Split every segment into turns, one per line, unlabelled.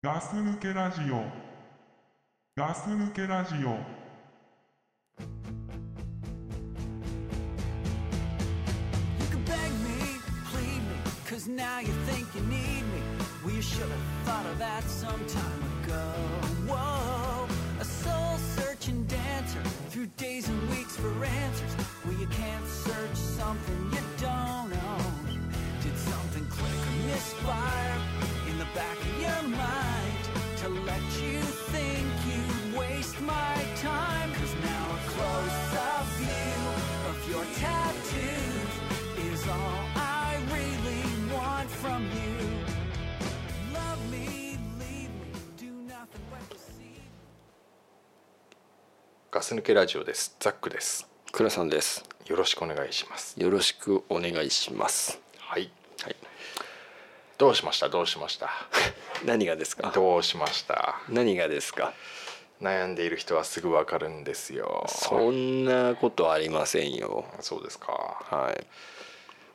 ガス抜けラジオ。ガス抜けラジオ。
You can beg me, plead me, cause now you think you need me. Well, you should have thought of that some time ago. Whoa, a soul searching dancer through days and weeks for answers. Well, you can't search something you don't own. Did something click or misfire in the back of your mind to let you think you'd waste my time? Cause now a close up view of your tattoos is all I really want from you. Love me, leave me, do nothing but deceive.
ガス抜けラジオです。ザックです。
倉さんです。
よろしくお願いします。
よろしくお願いします。
はい。
はい。
どうしましたどうしま した
何がですか。
どうしました
何がですか。
悩んでいる人はすぐわかるんですよ。
そんなことありませんよ。
そうですか。
は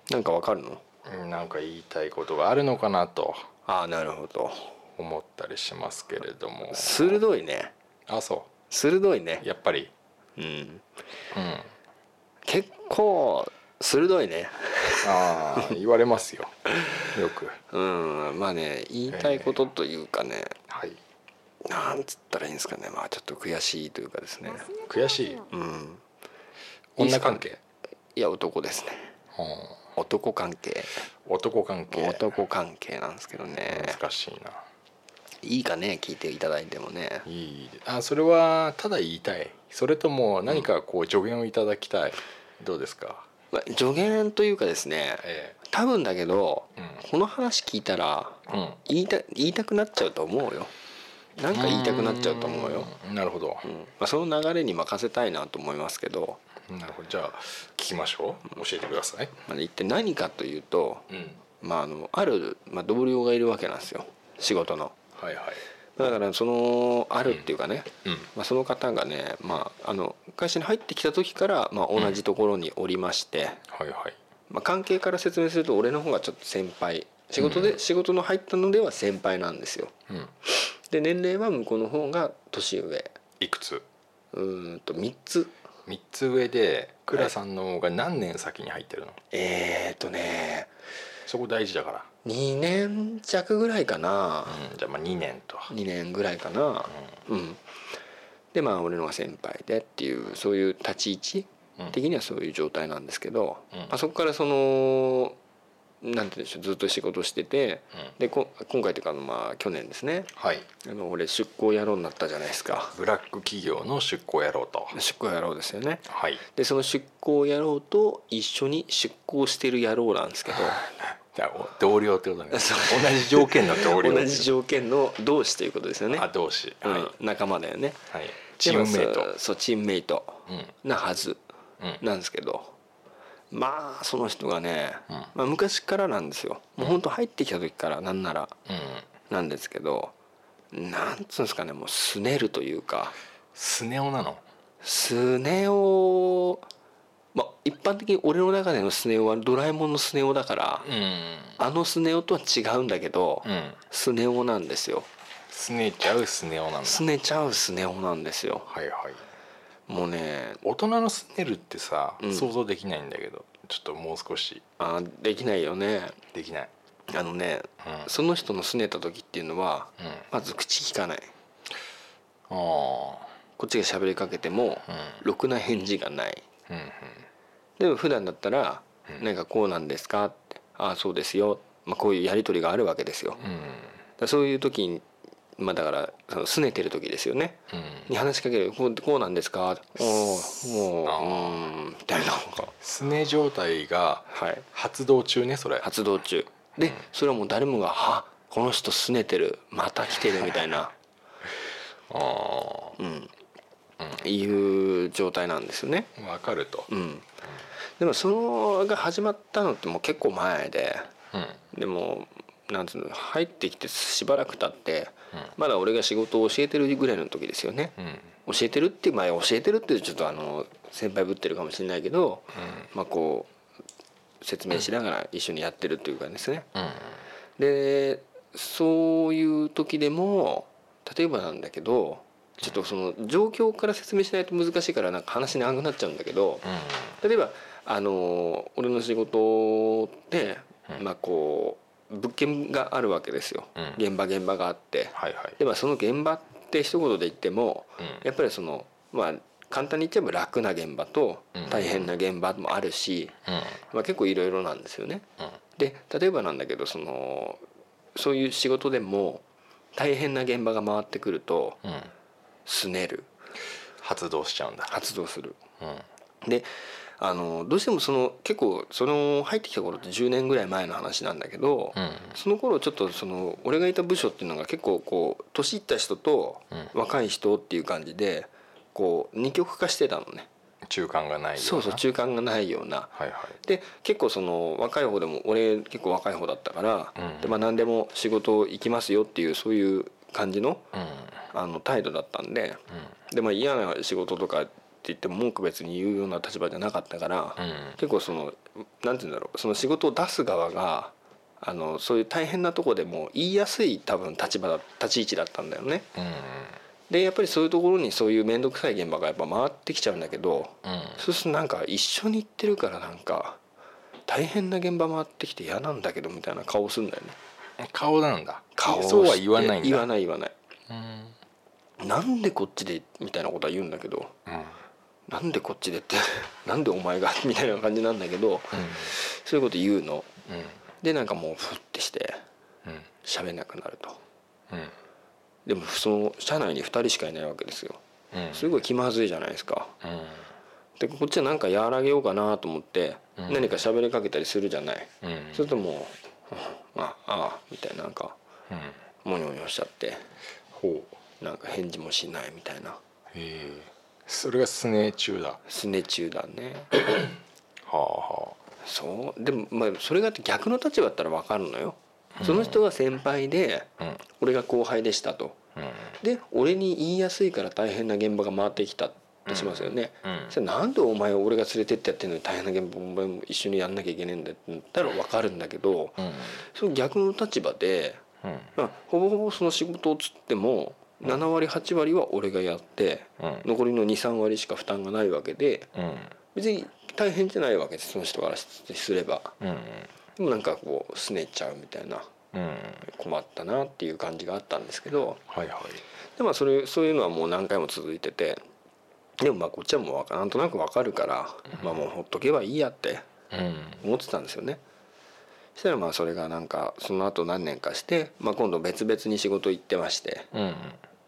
い。なんかわかるの。
うんなんか言いたいことがあるのかなと
ああ、なるほど。
思ったりしますけれども。
鋭いね。
あ、そ
鋭いね
う。。やっぱ り。
うん。
うん。
結構鋭いね。
ああ、言われます よ。よく。
うん。まあね、言いたいことというかね。
はい。
なんつったらいいんですかね。まあちょっと悔しいというかですね。
悔しい。
うん。
女関係。
いや男ですね。
うん
男関係。
男関係。
男関係なんですけどね。
難しいな。
いいかね聞いていただいてもね
いいあそれはただ言いたいそれとも何かこう助言をいただきたい、どうですか
まあ助言というかですね
え
多分だけど、
うん
この話聞いたら
えうん
言いた言いたくなっちゃうと思うよなんか言いたくなっちゃうと思うよ
ーんなるほど、
うんまあ、その流れに任せたいなと思いますけど、
なるほどじゃあ聞きましょう教えてください
まあ、一体何かというと、
うん
まあ、あのある、まあ、同僚がいるわけなんですよ仕事の
はいはい
だからそのあるっていうかね、
うん
まあ、その方がね、まあ、あの会社に入ってきた時から、まあ、同じところにおりまして、
はいはい
まあ、関係から説明すると俺の方がちょっと先輩仕事で、仕事の入ったのでは先輩なんですよ
うん
で年齢は向こうの方が年上
いくつ
うーんと3つ
3つ上で倉さんの方が何年先に入ってるの、
えっ、ー、とね
そこ大事だか
2年弱ぐらいかな
ら、うん、じゃあまあ2年と、
2年ぐらいかなうんでまあ俺の方が先輩でっていうそういう立ち位置
うん
的にはそういう状態なんですけど、
うん
まあ、そこからそのなんて言うんでしょうずっと仕事してて
うん
でこ今回というかまあ去年ですね
はい
あの俺出向野郎になったじゃないですか
ブラック企業の出向やろうと
出向野郎ですよね
はい
でその出向野郎と一緒に出向してる野郎なんですけ ど
じゃあお同僚ってことね同
そう
じ条件の同僚
同じ条件の同士ということですよね
あ、同士、
うん
はい、
仲間だよね
はい、チームメイ
でも
ト
そ、そうチームメイト
うん、
なはず
うん、
なんですけどまあその人がね、
うん
まあ、昔からなんですよもう本当入ってきた時からなんなら
うん、
なんですけどなんつうんですかねもうすねるというか
スネ夫なの、
スネ夫まあ一般的に俺の中でのスネ夫はドラえもんのスネ夫だから、
うん、
あのスネ夫とは違うんだけど、
うん、
スネ夫なんですよ
スネちゃうスネ夫なんだ。
スネちゃうスネ夫なんですよ
はいはい。
もうね
大人のスネるってさ、
うん
想像できないんだけど、ちょっともう少し
あできないよね
できない。
あのね
うん、
その人のすねた時っていうのは
うん、
まず口聞かない
あ
こっちが喋りかけても
あ、
ろくな返事がない
うん、うん、うん、
でも普段だったら「
うん
なんかこうなんですか?」って「ああそうですよ」まあ、こういうやり取りがあるわけですよ
うん、
だからそういう時にまあだからその拗ねてる時ですよね
うん、
に話しかけるこうこうなんですかおお
あ
もううーんみたいなのが
スネ状態が
はい
発動中ね、それ。
発動中でそれはもう誰もが「はこの人拗ねてるまた来てる」みたい
あ
な
あ
うんいう状態なんですよね
ー、わかると。
うんでもそれが始まったのってもう結構前で
うん、
でもなんつうの入ってきてしばらく経って
うん
まだ俺が仕事を教えてるぐらいの時ですよね
うん、うん、
教えてるって前教えてるってちょっとあの先輩ぶってるかもしれないけどまあこう説明しながら一緒にやってるというかですね
うん、
でそういう時でも例えばなんだけどちょっとその状況から説明しないと難しいからなんか話長くなっちゃうんだけど例えばあの俺の仕事って、
うん
まあこう物件があるわけですよ、
うん
現場現場があって
はいはい
で、まあ、その現場って一言で言っても
うん
やっぱりそのまあ簡単に言っちゃえば楽な現場と
うん
大変な現場もあるし、
うん
まあ、結構いろいろなんですよね。
うん
で例えばなんだけどそのそういう仕事でも大変な現場が回ってくると
うん
すねる
発動しちゃうんだ
発動する
うんうん
であのどうしてもその結構その入ってきた頃って10年ぐらい前の話なんだけど、その頃ちょっとその俺がいた部署っていうのが結構こう年いった人と
うん
若い人っていう感じでこう二極化してたのね
中間がないよな
そうそう中間がないような
はいは
で結構その若い方でも俺結構若い方だったから、
うん
でまあ、何でも仕事行きますよっていうそういう感じの
いうん
あの態度だったんで
う
で、まあ、嫌な仕事とかって言っても文句別に言うような立場じゃなかったから、
んうん
結構そのなんて言うんだろうその仕事を出す側があのそういう大変なとこでも言いやすい多分立場だ立ち位置だったんだよね。
うん
でやっぱりそういうところにそういう面倒くさい現場がやっぱ回ってきちゃうんだけど
うん
そうするとなんか一緒に行ってるからなんか大変な現場回ってきて嫌なんだけどみたいな顔するんだよね
顔なんだ
顔を
そうは
して
言わないんだ
言わない言わない
うん
なんでこっちでみたいなことは言うんだけど
うん
なんでこっちでって なんでお前がみたいな感じなんだけどそういうこと言うの
うん
でなんかもうふってして
うん
喋んなくなると
うん
でもその社内に2人しかいないわけですよ
うん
すごい気まずいじゃないですか
うん
でこっちはなんか和らげようかなと思って
うん
何か喋りかけたりするじゃない
うん
それともう「あああ」みたいななんか
うん
モニョモニョしちゃって
ほう
なんか返事もしないみたいな
へえそれがスネ中だは
すね中だね
あは
そうでもまあそれが逆の立場だったら分かるのよその人が先輩で
あうん
俺が後輩でしたと
うん
で俺に言いやすいから大変な現場が回ってきたってしますよね、
うん
それなんでお前を俺が連れてってやってんのに大変な現場お前も一緒にやんなきゃいけねえんだって言ったら分かるんだけど
うん
その逆の立場で
うん
まあ、ほぼほぼその仕事をつっても7割8割は俺がやって
うん
残りの23割しか負担がないわけで
うん
別に大変じゃないわけですその人からすれば
うん
でもなんかこうすねちゃうみたいな
うん
困ったなっていう感じがあったんですけど
はいはい
でまあそれそういうのはもう何回も続いててでもまあこっちはもうわかなんとなくわかるからまあもうほっとけばいいやって
うん
思ってたんですよねそしたらまあそれがなんかその後何年かして、まあ、今度別々に仕事行ってまして
うん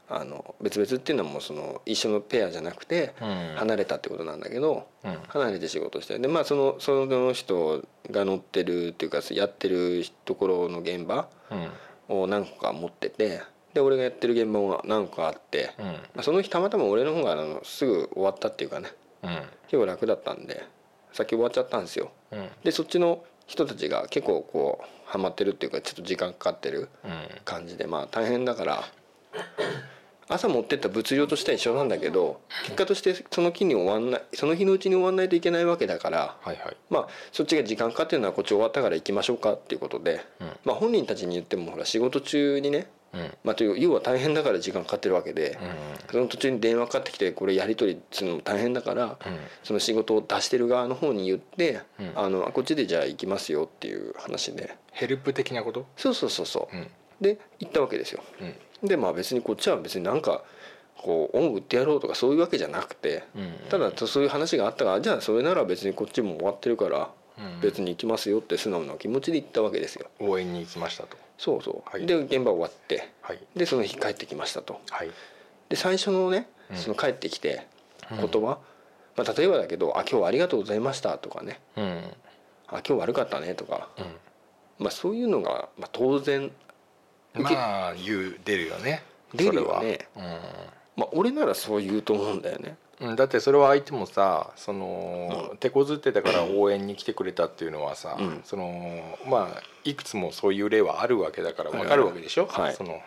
あの別々っていうのはもうその一緒のペアじゃなくて
うん
離れたってことなんだけど
うん
離れて仕事してでまあそのその人が乗ってるっていうかやってるところの現場
うん
を何個か持っててで俺がやってる現場も何個かあって
うん
まあその日たまたま俺の方があのすぐ終わったっていうかね
うん
結構楽だったんで先終わっちゃったんですよ
うん
でそっちの人たちが結構こうハマってるっていうかちょっと時間かかってる
うん
感じでまあ大変だから 朝持ってった物量としては一緒なんだけど結果としてその日に終わんないその日のうちに終わんないといけないわけだから
はいはい
まあそっちが時間かかってるのはこっち終わったから行きましょうかっていうことで、
うん
まあ本人たちに言ってもほら仕事中にね、
うん
まあ、という要は大変だから時間かかってるわけで、
うん
その途中に電話かかってきてこれやり取りするのも大変だから、
うん
その仕事を出してる側の方に言って、
うん
あのこっちでじゃあ行きますよっていう話で
ヘルプ的なこと
そうそうそうそう、
うん
で行ったわけですよ。
うん
でまあ別にこっちは別になんかこう恩を売ってやろうとかそういうわけじゃなくて、
うん
ただそういう話があったからじゃあそれなら別にこっちも終わってるから
うん
別に行きますよって素直な気持ちで行ったわけですよ。
応援に行きましたと
そうそう、
はい
で現場終わって
はい
でその日帰ってきましたと。
はい
で最初のね
うん
その帰ってきて
うん
言葉、まあ、例えばだけど「あ今日はありがとうございました」とかね
うん
「あ今日悪かったね」とか、
うん
まあ、そういうのが、まあ、当然、受け
まあ言う出るよね
出るよね
それは
まあ、俺ならそう言うと思うんだよね。
うんうんだってそれは相手もさその、手こずってたから応援に来てくれたっていうのはさ、
うん
そのまあいくつもそういう例はあるわけだからわかるわけでしょ、
はい
その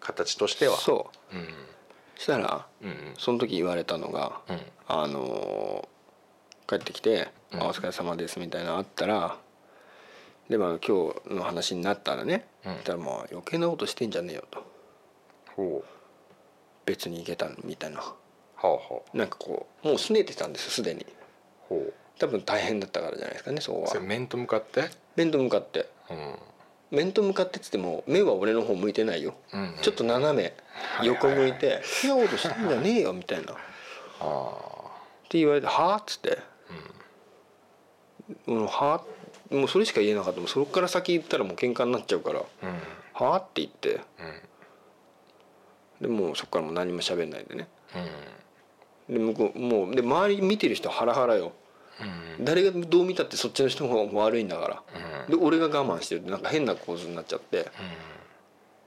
形としては、
そう
ん、
うしたら
うん
その時言われたのが
うん
あのー帰ってきて「
うん
あお疲れ様です」みたいなのあったらでまあ今日の話になったらね、
うん
そしたらまあ余計なことしてんじゃねえよと
ほう
別に行けたのみたいな
はあはあ
なんかこうもう拗ねてたんですよすでに
ほう
多分大変だったからじゃないですかねそこ
それ
は
面と向かって
面と向かって
うん
面と向かってっつっても目は俺の方向いてないよ、
うんうん
ちょっと斜め
いはい
横向いて「変なことしてんじゃねえよ」みたいな。
あ
って言われて「はあ?」っつって「うん、はあ?」もうそれしか言えなかったもうそこから先言ったらもう喧嘩になっちゃうから
あうん
「はあ?」って言って
うん
でもうそこからもう何も喋んないでね
うん
で向こうもうで周り見てる人ハラハラよ
うん
誰がどう見たってそっちの人の方が悪いんだから
うん
で俺が我慢してるってなんか変な構図になっちゃって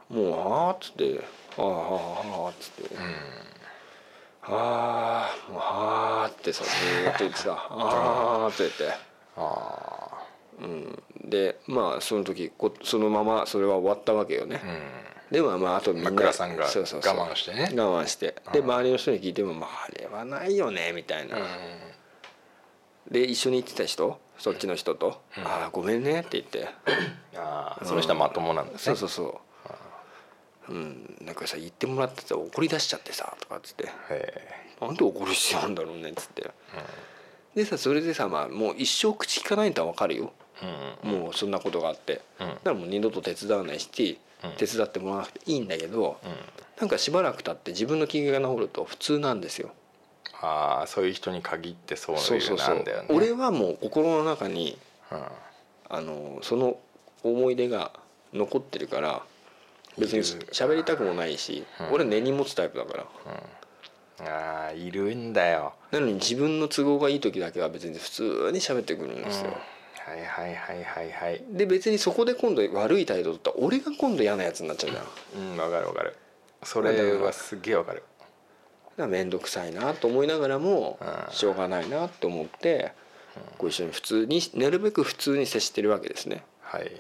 もう「はあ?」っつって「ああはあはあ」っつって
うん
「はあもうはあ」ってさずーっと言ってさ「ああ」って言って。
あ
うん、でまあその時こそのままそれは終わったわけよね
あう、ん
でもまああとみんな
枕さんが我
そうそうそう
慢してね
我慢してで周りの人に聞いても「まあ、あれはないよね」みたいな、で一緒に行ってた人そっちの人と「ああごめんね」って言って
ああその人はまともなんだね
そうそうそううんなんかさ言ってもらってたら怒り出しちゃってさとかっつって
へ
「なんで怒る必要あるんだろうね」っつって、でさそれでさまあもう一生口聞かないんだわかるよ
えうん
もうそんなことがあって、
うん
だからもう二度と手伝わないし、
うん
手伝ってもらわなくていいんだけど、なんかしばらく経って自分の気が治ると普通なんですよ。
ああそういう人に限ってそういうなんだよね
俺はもう心の中にあのその思い出が残ってるから別に
いる
喋りたくもないし、
うん
俺根に持つタイプだから、
うんああいるんだよ
なのに自分の都合がいい時だけは別に普通に喋ってくるんですよ。
はいはいはいはいはい
で別にそこで今度悪い態度取ったら俺が今度嫌なやつになっちゃうじゃん。
うんわかるわかるそれはすげえわかる
だから面倒くさいなと思いながらも
うん
しょうがないなと思ってご一緒に普通になるべく普通に接してるわけですね
はいはい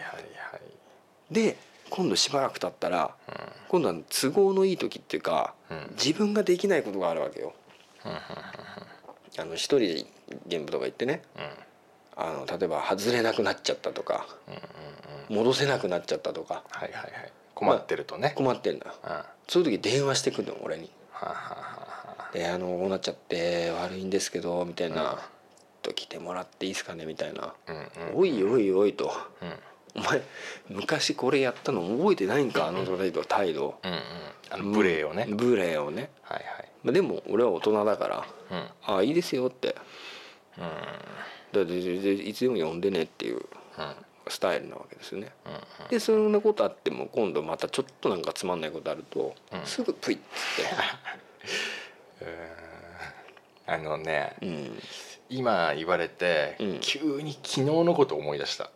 で今度しばらく経ったら
はい
今度は都合のいい時っていうか
うん
自分ができないことがあるわけよあの一人で現場とか行ってね
うん
あの例えば外れなくなっちゃったとか戻せなくなっちゃったとか
はいはいはい困ってるとね
困ってんだ
うんは
そういう時電話してくるの俺に
あはあはあ
であのこうなっちゃって悪いんですけどみたいな、ちょっと来てもらっていいですかねみたいな、
うんうん
おいおいおいと
うん
お前昔これやったの覚えてないんかあの態度態度
うんうんあの無礼をね
無礼をね
はい
まあでも俺は大人だから
はい
ああいいですよって
うんうん
だってででいつでも呼んでねっていう
うん
スタイルなわけですよね
うん
でそんなことあっても今度またちょっとなんかつまんないことあると、すぐプイッつ
あのね
っ て、うん、
今言われて
うん
急に昨日のことを思い出した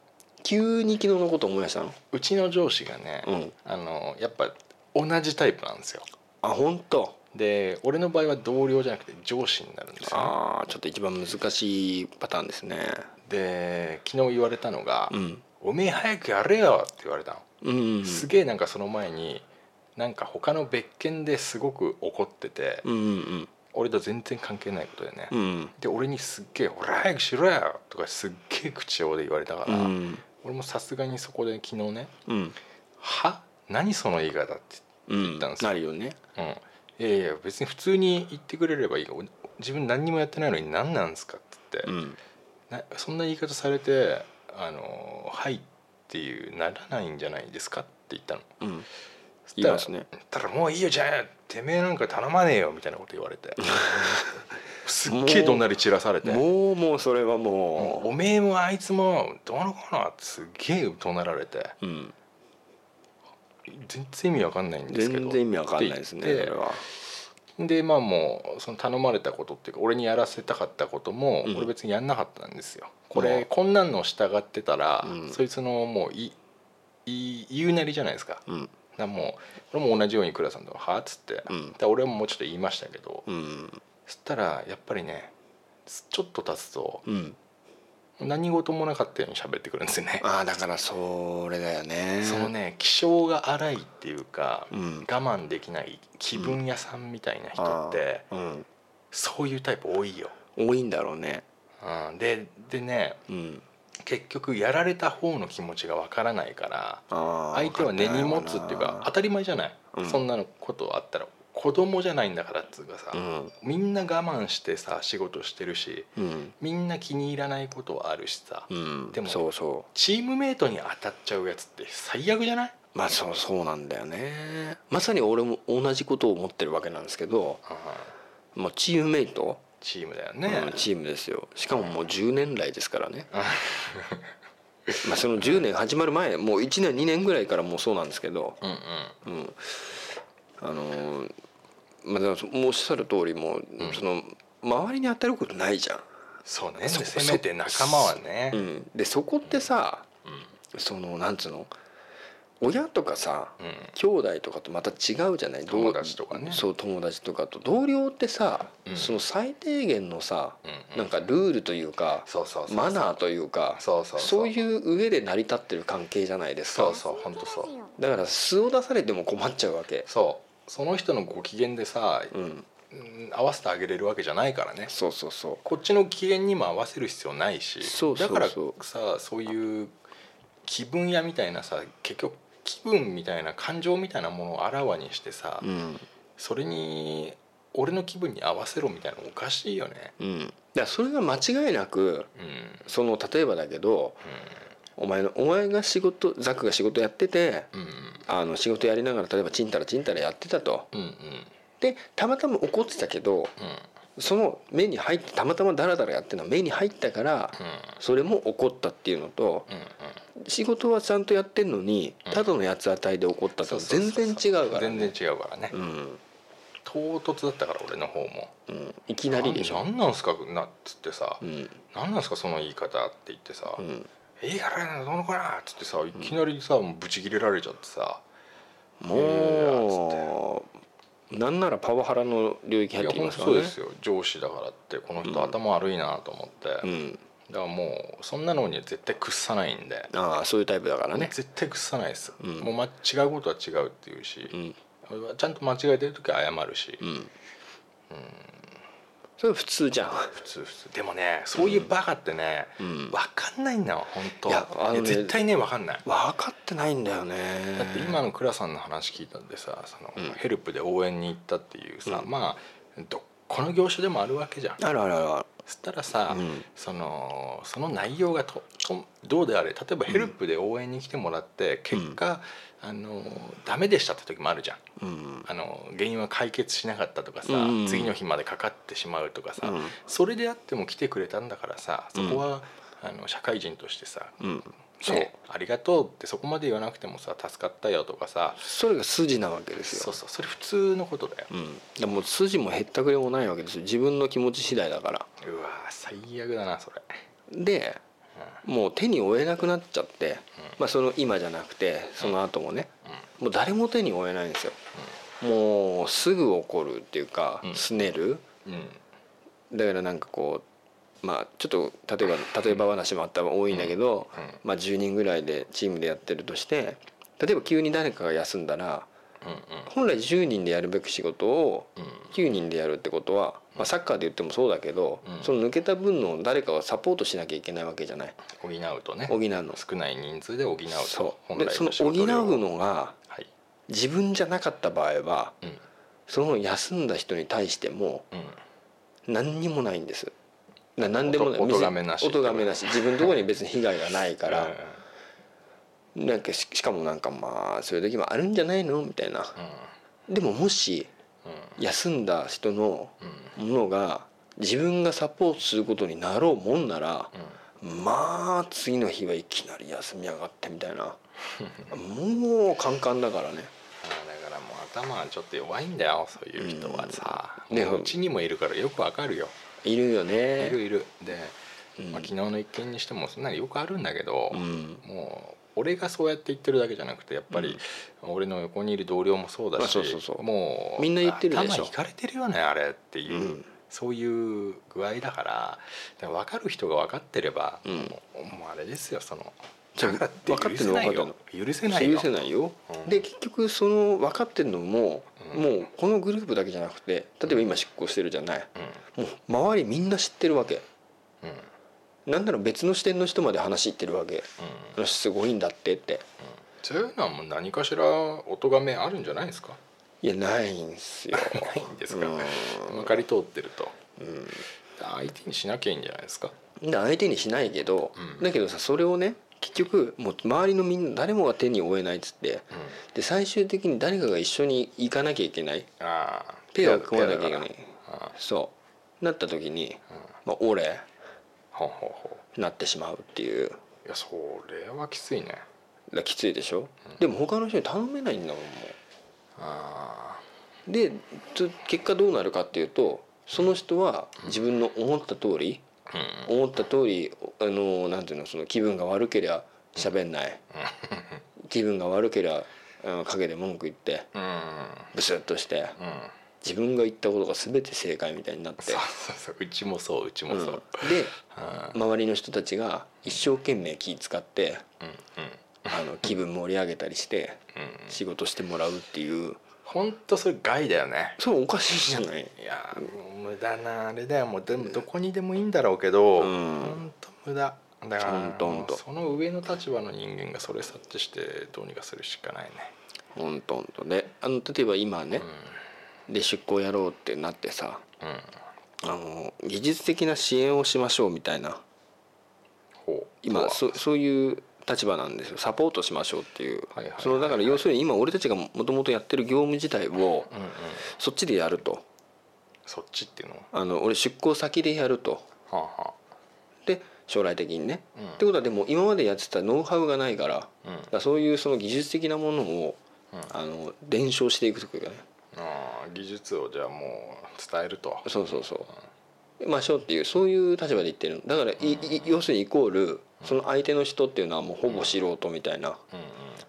急に昨日のこと思い出したの
うちの上司がね、
うん
あのやっぱ同じタイプなんですよ
あ本当
で俺の場合は同僚じゃなくて上司になるんですよね、
ああちょっと一番難しいパターンですね
で昨日言われたのが「
うん
おめえ早くやれよ」って言われたの、
うん
すげえなんかその前になんか他の別件ですごく怒ってて、
うんうん
俺と全然関係ないことでね、
うん
で俺にすっげえ「俺早くしろよ」とかすっげえ口調で言われたか
う
ら、
ん
俺もさすがにそこで昨日ね
うん
「は何その言い方」って
うん
ったんですよ
なるよね
うん、いやいや別に普通に言ってくれればいいよ自分何にもやってないのに何なんですかって
う
言って、
ん
なそんな言い方されて「あのはい」っていうならないんじゃないですかって言ったの
うん
そした
言い
ら
ますね
そしたら「もういいよじゃあてめえなんか頼まねえよ」みたいなこと言われ てすっげえ怒鳴り散らされて「
もうもうそれは
もうお
も
めえもあいつもどうのこうの」ってすっげえ怒鳴られて
ううん
全然意味わかんないんですけど
全然意味わかんないですね
って言っ
そ
て
れは
でまあもうその頼まれたことっていうか俺にやらせたかったことも
うん
俺別にやんなかったんですよ、
うん
これこんなんの従ってたら、
うん
そいつのもういい言うなりじゃないですか,、
うん
だからもう俺も同じように倉さんと「はあ」っつって、
うん
だから俺ももうちょっと言いましたけど、
うん
そしたらやっぱりねちょっと経つと
うん
何事もなかったように喋ってくるんですよね。
ああだからそれだよね
そのね気性が荒いっていうか、
うん
我慢できない気分屋さんみたいな人って、
うん
そういうタイプ多いよ。
多いんだろうね
うん、ででね
うん
結局やられた方の気持ちがわからないから相
相
手は根に持つっていうか当たり前じゃない、
うん
そんなのことあったら子供じゃないんだからっつうかさ、
うん
みんな我慢してさ仕事してるし
うん
みんな気に入らないことはあるしさ、
うん
でも
そうそう
チームメイトに当たっちゃうやつって最悪じゃない、
まあそうそうなんだよねまさに俺も同じことを思ってるわけなんですけど
うん
もうチームメイト、
チームだよね、
うんチームですよしかももう10年来ですからね まあその10年始まる前もう1年2年ぐらいからもうそうなんですけど
うんうん
うん、あのーまあでもそもうおっしゃる通りもう、その周りに当たることないじゃん。
そうね
そ
せめて仲間はね、
うん、でそこってさ、
う
そのなんつうの親とかさ、
うん
兄弟とかとまた違うじゃない同
友達とかね
そう友達とかと同僚ってさ、
うん
その最低限のさ、
うんうん
なんかルールというか
そうそうそう
マナーというか
そうそう
そう
う
いう上で成り立ってる関係じゃないですか
そうそう本当そう
だから素を出されても困っちゃうわけ。
そうその人のご機嫌でさ、
うん
うん合わせてあげれるわけじゃないからね
そうそうそ
こっちの機嫌にも合わせる必要ないし
そうそうそう
だからさそういう気分屋みたいなさ結局気分みたいな感情みたいなものをあらわにしてさ、
ううん
それに俺の気分に合わせろみたいなのおかしいよね。
うんだからそれが間違いなく
うん
その例えばだけどお前のお前が仕事ザックが仕事やってて
うん
あの仕事やりながら例えばチンタラチンタラやってたと
うんうん
でたまたま怒ってたけ
う
ど
ん
その目に入ってたまたまダラダラやってるのは目に入ったから
うん
それも怒ったっていうのと
うんうん
仕事はちゃんとやってんのにただの八つ当たりで怒ったと全然違うから
全
ね
然違うからね、
うん
唐突だったから俺の方も
うんいきなりでしょ
なんなんすかなっつってさ、
うん
なんなんすかその言い方って言ってさ、
うん
いいからどうのかなっつってさいきなりさもうブチ切れられちゃってさ、
もうなんならパワハラの領域
い
入っ
や
てき
本当
ますから
そう
ね
ですよ上司だからってこの
うん
人頭悪いなと思って、
う
だ
ん、
からもうそんなのには絶対屈さないんで、
ああそういうタイプだからね
絶対屈さないです、
うん
もうま違うことは違うっていうし
う、ん
ちゃんと間違えてる時は謝るし、
うんそれ普通じゃん
普通普通でもねそういうバカってね、
う
わ
ん
かんないんだわ本当
いやあ
い
のね
や絶対ねわかんない
分かってないんだよね
だって今の倉さんの話聞いたんでさその、
うん
ヘルプで応援に行ったっていうさ、
う
まあどこの業種でもあるわけじゃん。
あるあるある
そしたらさ、
うん
そのその内容がととどうであれ例えばヘルプで応援に来てもらって結果、あのダメでしたって時もあるじゃん。
うん
あの原因は解決しなかったとかさ、
うんうん
次の日までかかってしまうとかさ、
うん
それであっても来てくれたんだからさそこは、あの社会人としてさ、
うんそう
ねありがとうってそこまで言わなくてもさ助かったよとかさ
それが筋なわけです
そう
よ
そうそれ普通のことだよ、
うんでもう筋もへったくれもないわけですよ自分の気持ち次第だから
うわー最悪だなそれ
でもう手に負えなくなっちゃって、まあ、その今じゃなくてその後もね、もう誰も手に負えないんですよ、もうすぐ怒るっていうか、
うん
すねる
うんうん
だからなんかこうまあちょっと例えば例えば話もあったら多いんだけど、
うんうん
まあ、10人ぐらいでチームでやってるとして例えば急に誰かが休んだら本来10人でやるべき仕事を
うんうん
9人でやるってことは、まあ、サッカーで言ってもそうだけど、
うん
その抜けた分の誰かをサポートしなきゃいけないわけじゃない
補うとね
補うの。
少ない人数で補うと
そう
本
で
来
その
仕
補
事量
うのが
はい
自分じゃなかった場合は
うん
その休んだ人に対しても
う
何にもないんですな何でもない
おと
店
お咎めなし
お咎めなし自分のところに別に被害がないか、
から
なんかししかもなんかまあそういう時もあるんじゃないのみたいな
うん
でももし
う
休んだ人の
ん
ものが自分がサポートすることになろうもんなら
うん
まあ次の日はいきなり休みやがってみたいなもうカンカンだからね
あーだからもう頭はちょっと弱いんだよそういう人はさ、
うん
ね
ね
うちにもいるからよくわかるよ、
いるよね
いるいるで、
うん
まあ、昨日の一件にしてもそんなによくあるんだけど、
うん
もう俺がそうやって言ってるだけじゃなくてやっぱり俺の横にいる同僚もそうだし、
あそうそうそう
もう
みんな言ってるでしょ
頭いかれてるよねあれっていう、
うん
そういう具合だからだから分かる人が分かってれば、
うん
もうもうあれですよその
そう
だからって許せないよ許せない
許
よ
せないよ、
うん
で結局その分かってんのも、
うん
もうこのグループだけじゃなくて例えば今執行してるじゃない、もう周りみんな知ってるわけ
うんうん
なんなら別の視点の人まで話行ってるわけ
うん
あの人すごいんだってって
そういうのはもう何かしらお咎めあるんじゃないですか
いやないんすよ
ないんですか
うん
まかり通ってると、相手にしなきゃいいんじゃないですか
で相手にしないけど、
うん
だけどさそれをね結局もう周りのみんな誰もが手に負えないっつって
うん
で最終的に誰かが一緒に行かなきゃいけない
ああ
ペアを組まなきゃいけない
ああ
そうなった時に、
うん
まあ、俺
ほうほうほ
なってしまうっていうだか
ういやそれはきついね
らきついでしょ、でも他の人に頼めないんだもんも
あ
うでつ結果どうなるかっていうとその人は自分の思った通り、
あうん
思った通りあのなんていうのその気分が悪けりゃ喋んない、気分が悪けりゃあの陰で文句言って
うん
ブスッとして
うん
自分が言ったことが全て正解みたいになって
そうそうそううちもそううち
う
も
ん
そ
で
う、うん
周りの人たちが一生懸命気使って
うんうん
あの気分盛り上げたりして
うん
仕事してもらうっていう
本当それ害だよね
それおかしいじゃない
いやーもう無駄なあれだよもうでもどこにでもいいんだろうけど、
うん
本当無駄だから
ほんとほんと
その上の立場の人間がそれ察知してどうにかするしかないね
ほんとほんとであの例えば今ね、で出向やろうってなってさ
うん、うん、
あの技術的な支援をしましょうみたいな
ほう
今
そう
そそういう立場なんですよサポートしましょうっていう、
はいはいはい
そのだから要するに今俺たちがもともとやってる業務自体を
うんうん
そっちでやると
そっちっていうのは
あの俺出向先でやると
あは
で将来的にね、
うん
ってことはでも今までやってたノウハウがないから,、
うん
だからそういうその技術的なものを、
うん
あの伝承していくというかね
ああー技術をじゃあもう伝えると
そうそうそうましょうっていうそういう立場で言ってるだからい、い要するにイコールその相手の人っていうのはもうほぼ素人みたいな。
うんうん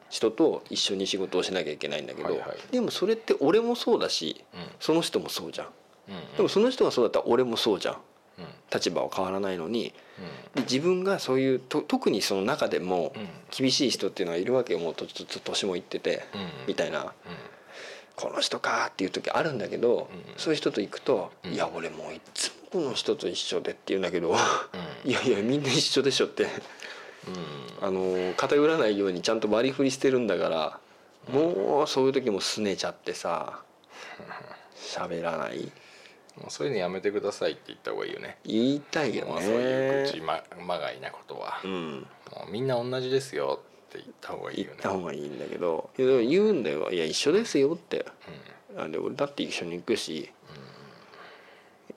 人と一緒に仕事をしなきゃいけないんだけど、
はいはい
でもそれって俺もそうだし
う
その人もそうじゃん
んうん
でもその人がそうだったら俺もそうじゃん
うんうん
立場は変わらないのにで自分がそういうと特にその中でも
うん
厳しい人っていうのはいるわけよもうととと年もいってて
うん
みたいな
うん
この人かっていう時あるんだけど
うん
そういう人と行くと
うん
いや俺もういつもこの人と一緒でって言うんだけど
う
いやいやみんな一緒でしょって。
ん
あの偏らないようにちゃんと割り振りしてるんだからもうそういう時もすねちゃってさ喋らない
うんもうそういうのやめてくださいって言った方がいいよね
言いたいよ
もう
ね
そういう口ままがいなことは、
うん
もうみんな同じですよって言った方がいい
言
よ
っ
ね
た方がいいんだけどいやでも言うんだよ「いや一緒ですよ」って
う
あで俺だって一緒に行くし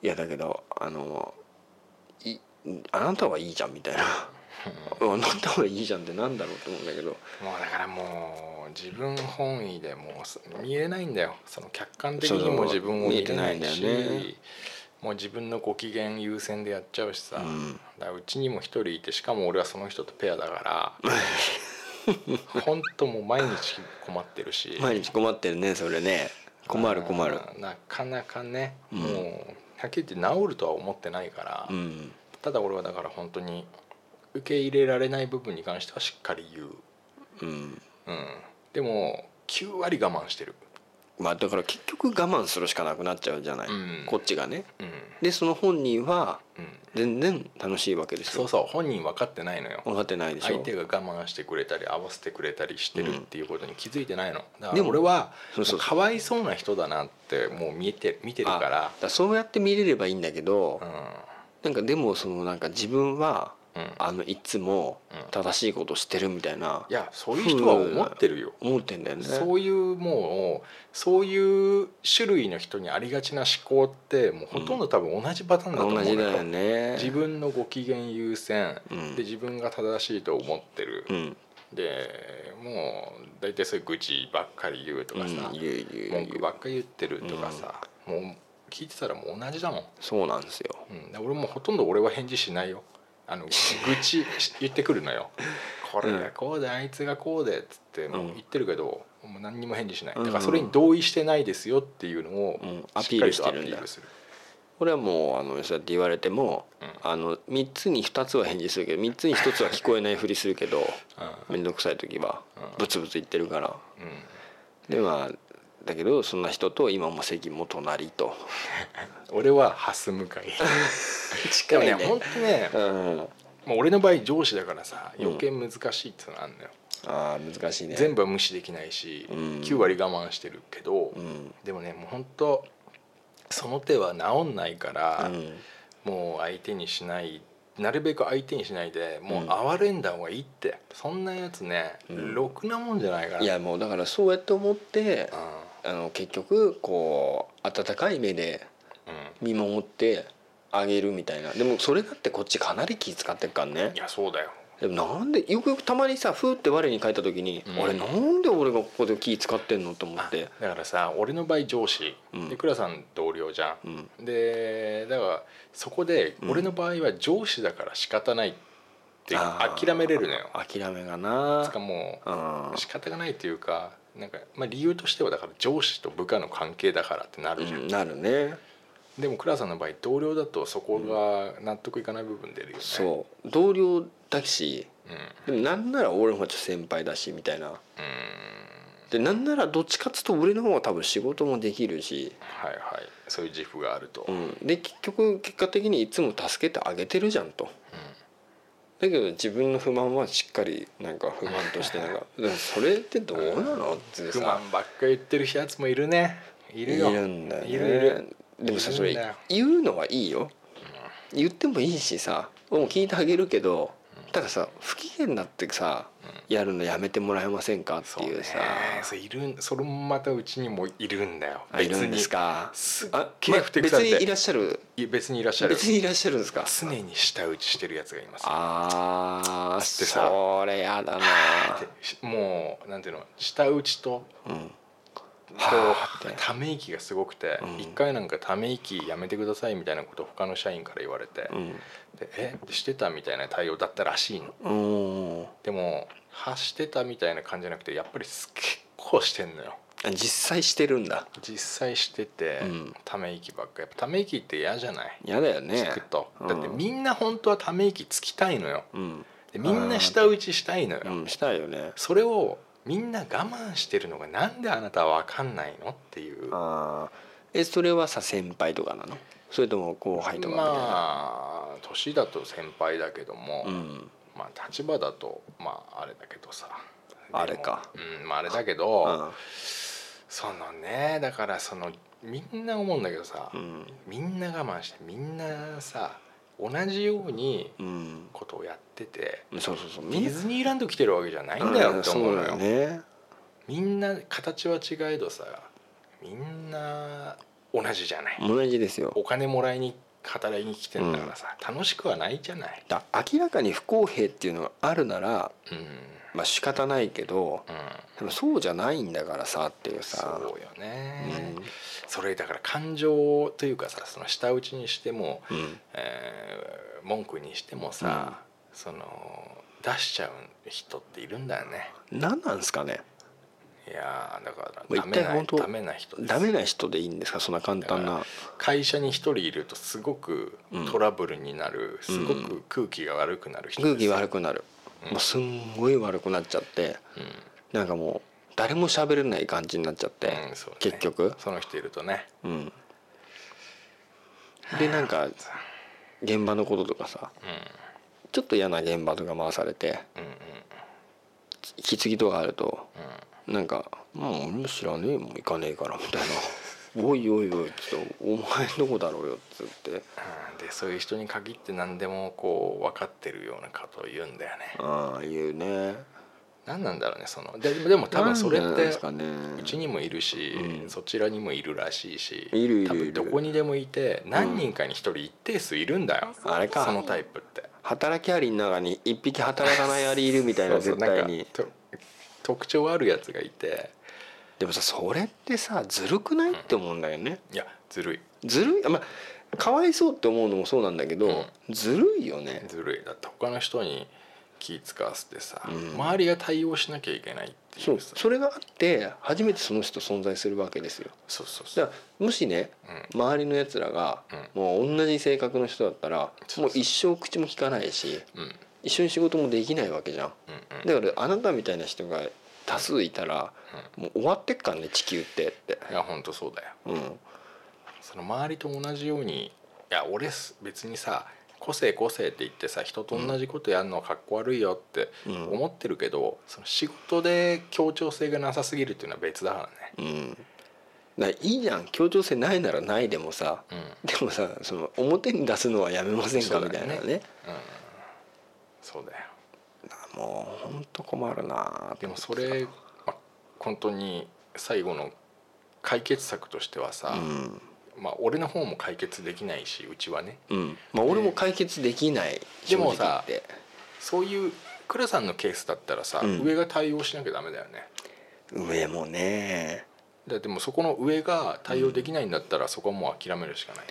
いやだけどあのいあなたはいいじゃんみたいなあなたはいいじゃんってなんだろうと思うんだけど
んもうだからもう自分本位でもうす見えないんだよその客観的
そう
にも自分を見れな
見えて
い
ない
し
んだよね
もう自分のご機嫌優先でやっちゃうしさ、
うん
だからうちにも一人いてしかも俺はその人とペアだから本当もう毎日困ってるし
毎日困ってるねそれね困る困る
なかなかね、
ん
もうはっきり言って治るとは思ってないから、
うん
ただ俺はだから本当に受け入れられない部分に関してはしっかり言う、
うん
うん、でも9割我慢してる、
まあだから結局我慢するしかなくなっちゃうじゃない、
うん
こっちがね
うん
でその本人は
うん、
全然楽しいわけです
そう
よ
そう本人分かってないのよ
分かってないでし
相
ょ
手が我慢してくれたり合わせてくれたりしてるっていうことに気づいてないの、だから
でも
俺は
そうそう
もうかわいそうな人だなってもう見えて見てる
あ
から
だそうやって見れればいいんだけど、
う
なんかでもそのなんか自分は、
んうん
あのいつも
うん
正しいことしてるみたいな、
いやそういう人は思ってるよ
思ってんだよね
そういうもうそういう種類の人にありがちな思考ってもうほとんど多分同じパターンだと思う
同
の
じだよね
自分のご機嫌優先、
うん
で自分が正しいと思ってる、
うん、
でもう大体そういう愚痴ばっかり言うと
う
か
ん
さ、
言う言う
文句
言う
ばっかり言ってるとかさ、もう聞いてたらもう同じだもん、
そうなんですよ
うん、だから俺もほとんど俺は返事しないよあの愚痴 言ってくるのよこれがこうであいつがこうでっつってもう言ってるけど、もう何にも返事しないだからそれに同意してないですよっていうのを
うん
しっかりと
ア
ア
ピ
ピ
ールしてるんだ
ールする、
これはもうあのそうやって言われても、
うん
あの3つに2つは返事するけど3つに1つは聞こえないふりするけど
う
面倒くさい時は
うん
ブツブツ言ってるから
んうん
でまあだけどそんな人と今も席も隣と、
俺はハス向かいでもね本当ね
うん、
まあ、俺の場合上司だからさ余計難しいっていうのあるのよ、
ああ難しいね
全部は無視できないし、
うん
9割我慢してるけど、
うん
でもねもう本当その手は治んないから
う、ん
もう相手にしないなるべく相手にしないでもううん憐れんだ方がいいって、そんなやつね、
うん
ろくなもんじゃないから
いやもうだからそうやって思って
う
あの結局こう温かい目で
んうん
見守ってあげるみたいなでもそれだってこっちかなり気使ってっからね
いやそうだよ
でもなんでよくよくたまにさふーって我に返った時に、
うん
あれなんで俺がここで気使ってんのと思って
あだからさ俺の場合上司
うん
で倉さん同僚じゃ、
うんん
でだからそこで
うん
俺の場合は上司だから仕方ないっていう
あー
諦めれるのよ
諦めがな
つかも
うん
う仕方がないというかなんか、まあ、理由としてはだから上司と部下の関係だからってなるじゃん、
うんなるね
でも倉さんの場合同僚だとそこが納得いかない部分出るよね、
そう同僚だし
うん、うん
でもなんなら俺の方がちょっと先輩だしみたいなでなんならどっちかっつうと俺の方が多分仕事もできるし、
はいはいそういう自負があると、
う
うん
ん、で結局結果的にいつも助けてあげてるじゃんとだけど自分の不満はしっかりなんか不満とし てなんかでもそれってどうなのって
不
さ
満ばっかり言ってるやつもいるねいるよ
いるんだよね
いるいる
でもさ
い
そ
るん
れ
だよ
言うのはいいよ言ってもいいしさもう聞いてあげるけどたださ不機嫌になってさやるのやめてもらえませんかっていうさ
そうねそういるんそれもまたうちにもいるんだよ
あいるんですか
すっ
あ
げえ不適
別
されて
にいらっしゃる
い別にいらっしゃる
別にいらっしゃるんですか
常に舌打ちしてるやつがいます
あー
つってさ
それやだな
でしもうなんていうの舌打ちと
うん
こ
はあ
うため息がすごくて
うん
一回なんかため息やめてくださいみたいなことを他の社員から言われて
うん
でえしてたみたいな対応だったらしいの
うん
でも発してたみたいな感じじゃなくてやっぱりす結構してんのよ
あ実際してるんだ
実際してて
うん
ため息ばっかやっぱため息って嫌じゃない
やだよね
聞くと
うん
だってみんな本当はため息つきたいのよ
うん、
でみんな舌打ちしたいのよ
うん、したいよね
それをみんな我慢してるのがなんであなたは分かんないのっていうま
ああえそれはさ先輩とかなのそれとも後輩とかみたいな、
あ年だと先輩だけども、
うん
まあ立場だとまああれだけどさ
あれか
でもうんまああれだけ
う
ど、
ん
そのねだからそのみんな思うんだけどさ、
うん
みんな我慢してみんなさ同じように
うん
ことをやってて、
そうそうそう
ディズニーランド来てるわけじゃないんだよって思うのよ、
んそうだよね
みんな形は違えどさみんな同じじゃない、
同じですよ
お金もらいに働きに来てんだからさ、楽しくはないじゃない、
だ明らかに不公平っていうのがあるなら
うんうん、
まあ仕方ないけどでもそうじゃないんだからさっていうさ
そうよね、
うん
それだから感情というかさその舌打ちにしても、
うん
えー文句にしてもさ、その出しちゃう人っているんだよね
何なんですかね
いやーだから
もう
ダ
一
メ
体
な
本当
ダメな人です
ダメな人でいいんですかそんな簡単な
会社に一人いるとすごくトラブルになる、すごく空気が悪くなる人
空気
は
悪くなるもうすんごい悪くなっちゃって
う
なんかもう誰も喋れない感じになっちゃって、
んそうね
結局、
その人いるとね
うん、でなんか現場のこととかさちょっと嫌な現場とか回されて
うんうん
引き継ぎとかあると
うん
なんか「もう俺も知らねえもう行かねえから」みたいな 「おいおいおいちょっとお前どこだろうよ」っつって
うんでそういう人に限って何でもこう分かってるようなことを言うんだよね
ああ言うね
何なんだろうねそのででも多分それ
な
っ
んなん
て
ですかね
うちにもいるし、
うん
そちらにもいるらしいし
いるいる
多分どこにでもいて何人かに一人一定数いるんだよ、
あれか
そのタイプって
働きアリの中に一匹働かないアリいるみたいな
そうそう
絶対
なん
に
かと特徴あるやつがいて
でもさそれってさずるくないって思うんだよね
いやずるい
ずるいあまあかわいそうって思うのもそうなんだけど、
う
ずるいよね
ずるいだって他の人に気使わせてさ、
うん
周りが対応しなきゃいけないって
そ
いううさ
それがあって初めてその人存在するわけですよ
そうそうそう
だからもしね
う
周りのやつらがもう同じ性格の人だったら
そうそう
もう一生口も利かないし
んうん
一緒に仕事もできないわけじゃん
うんうん
だからあなたみたいな人が多数いたらもう終わってっからね地球ってって
いや本当そうだよ
うん
その周りと同じようにいや俺す別にさ個性個性って言ってさ人と同じことやるのはかっこ悪いよって
うん
思ってるけど、その仕事で協調性がなさすぎるっていうのは別だからね。
うん、ないいじゃん協調性ないならないでもさ、
うん
でもさその表に出すのはやめませんか
そう
み
だよ
たい
ね
なね
そうだよ
もうほんと困るな
でもそれ、まあ、本当に最後の解決策としては
う
さ、
ん、
まあ、俺の方も解決できないしうちはね
うん、まあ俺も解決できない
でもさ
正直言って
そういう倉さんのケースだったらさ、
うん
上が対応しなきゃダメだよね
上もね
だってもうそこの上が対応できないんだったら、そこはもう諦めるしかない、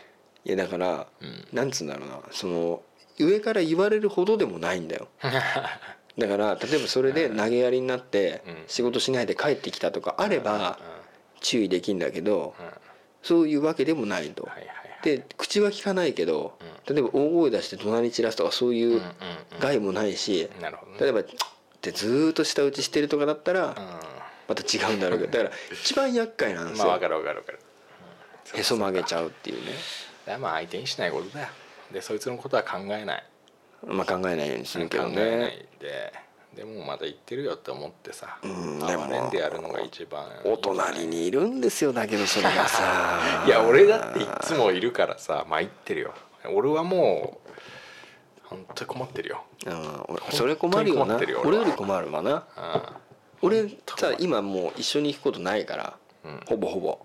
いやだから
うん
なんつうんだろうなその上から言われるほどでもないんだよ だから例えばそれで投げやりになって
うん
仕事しないで帰ってきたとかあれば注意できんだけど
うんうんは
そういうわけでもない
い
と
はいはい
で口は聞かないけど例えば大声出して怒鳴り散らすとかそう
うん
いううん害もないし
うんなるほどね
例えば「チッってずーっと舌打ちしてるとかだった
う
ら
ん
また違うんだろ うけどだから一番厄介なんです
まあわ
よ
かるわかるわかる
へそ曲げちゃうっていう
だ
ね
からまあ相手にしないことだよでそいつのことは考えない
まあ考えないようにするけど
考えな
ね
いででもまだ言ってるよって思ってさ
んでも
暴れんでやるのが一番
お隣にいるんですよだけどそれが さ
いや俺だっていっつもいるからさ参ってるよ俺はもう本当に困ってるよ、
うん、俺それ困るよ
本当に困
な
ってるよ
俺
俺は
より困るわな
う
俺さ今もう一緒に行くことないから、
うん
ほぼほぼ、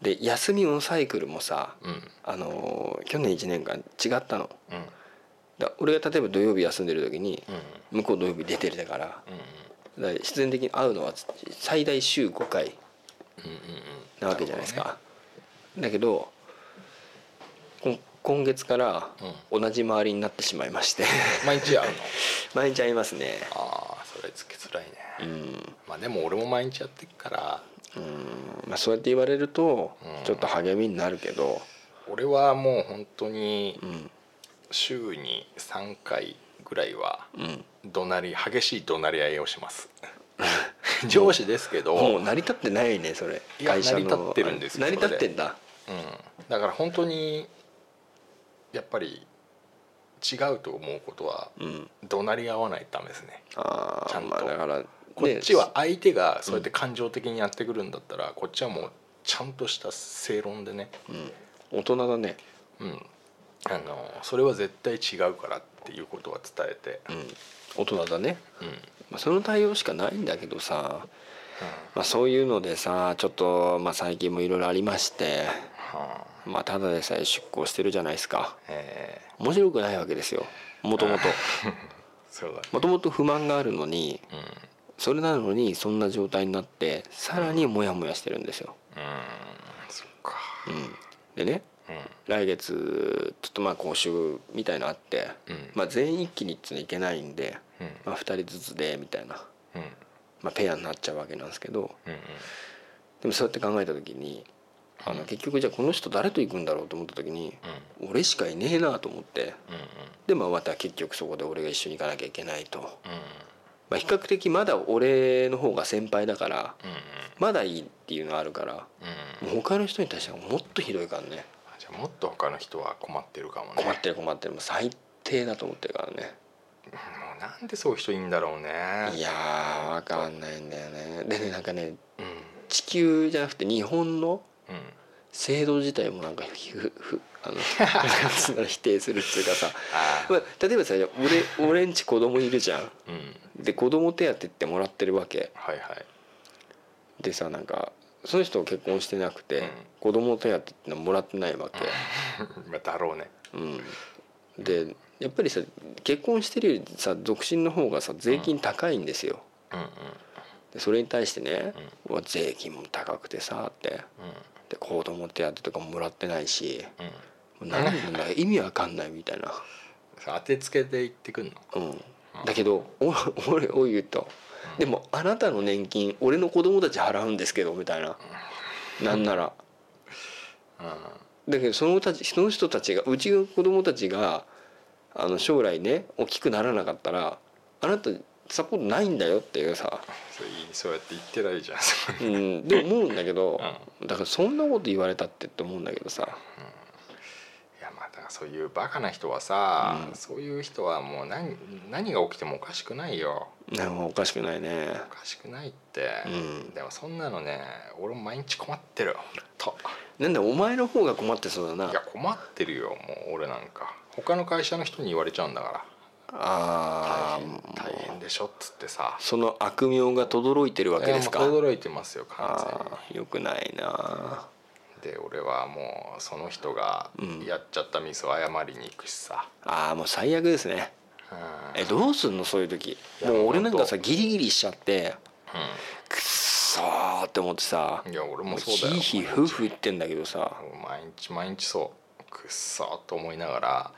で休みのサイクルもさ、
ん、うん
あのー去年1年間違ったの
うん
だ俺が例えば土曜日休んでる時に
うん
向こう土曜日出てるだからだから必然的に会うのは最大週5回
うんうんうん
なわけじゃないですか、だけどこん今月から同じ周りになってしまいまして
毎日会うの
毎日会いますね
ああそれつけづらいね、
うん
まあでも俺も毎日やってるから
まあ、そうやって言われると
うん
ちょっと励みになるけど、
俺はもう本当に
うん
週に3回ぐらいは
うん、
怒鳴り激しい怒鳴り合いをします 上司ですけど、う、
もうん成り立ってないねそれ
いや成り立ってるんですよ
成り立ってんだ
だから本当にやっぱり違うと思うことは
うん
怒鳴り合わないとダメですね
あ
ちゃ
あ
んと
まあだから
こっちは
ね
相手がそうやって感情的にやってくるんだったら、こっちはもうちゃんとした正論でね、
大人だね
うん、あのそれは絶対違うからっていうことは伝えて、
うん大人だね、
うん
まあ、その対応しかないんだけどさ、まあ、そういうのでさちょっと、まあ、最近もいろいろありまして、
はあ
まあ、ただでさえ出向してるじゃないですか
え
面白くないわけですよもと もと
ーそうだね
もともと不満があるのに
うん
それなのにそんな状態になってさらにモヤモヤしてるんですよ。
うんそっか
うん、でね
う
来月ちょっとまあ講習みたいのあって、
うん
まあ、全員一気にっていうのいけないんで、
んうん
まあ、2人ずつでみたいな、
うん
まあ、ペアになっちゃうわけなんですけど
うん
でもそうやって考えた時にあの結局じゃあこの人誰と行くんだろうと思った時に俺しかいねえなと思って
うんうん
でまあまた結局そこで俺が一緒に行かなきゃいけないと、
うんうん
まあ、比較的まだ俺の方が先輩だから
うん
まだいいっていうのはあるから
うん
もう他の人に対してはもっとひどいからね
じゃあもっと他の人は困ってるかもね
困ってる困ってるもう最低だと思ってるからね
もうなんでそういう人いいんだろうね
いやーわかんないんだよねでねなんかね
うん
地球じゃなくて日本の
うん
制度自体もなんかふふ あのなんつうの否定するっていうかさ、
あ
まあ、例えばさ俺俺んち子供いるじゃん
ーうん
で子供手当ってもらってるわけ
はいはい
でさなんかその人結婚してなくて、
うん
子供手当ってのはもらってないわけ、
まあだろうね
うん、でやっぱりさ結婚してるよりさ独身の方がさ税金高いんですよ、
うんうん
でそれに対してね、うわ税金も高くてさって
うん
で子供手当とかももらってないし
うん
もう何なんだ意味わかんないみたいな、
当てつけていってくんの
うん、だけどお 俺を言うと「でもあなたの年金俺の子供たち払うんですけど」みたいななんなら。だけどそのたちその人たちがうちの子供たちがあの将来ね大きくならなかったらあなたサポートないんだよっていうさ、
そういそうやって言ってないじゃん
うん、で思 うんだけどだからそんなこと言われたってって思うんだけどさ
いやまあだからそういうバカな人はさ、
うん
そういう人はもう何何が起きてもおかしくないよ
なんかおかしくないね
おかしくないって、
うん
でもそんなのね俺も毎日困ってるほんと
なんだお前の方が困ってそうだない
や困ってるよもう俺なんか他の会社の人に言われちゃうんだから
あ
大変
あ
大変でしょっつってさ
その悪名が轟いてるわけですか
いやもう驚いてますよ完
ああよくないな
全にで俺はもうその人が
うん
やっちゃったミスを謝りに行くしさ、
ああもう最悪ですね
うん
えどうすんのそういう時
いや
もう俺なんかさ
ほん
ギリギリしちゃってくっそーって思ってさ
うんいや俺
も
も
う
そうだよ
ひいひい夫婦言ってんだけどさ
もう毎日毎日そうくっそーと思いながら、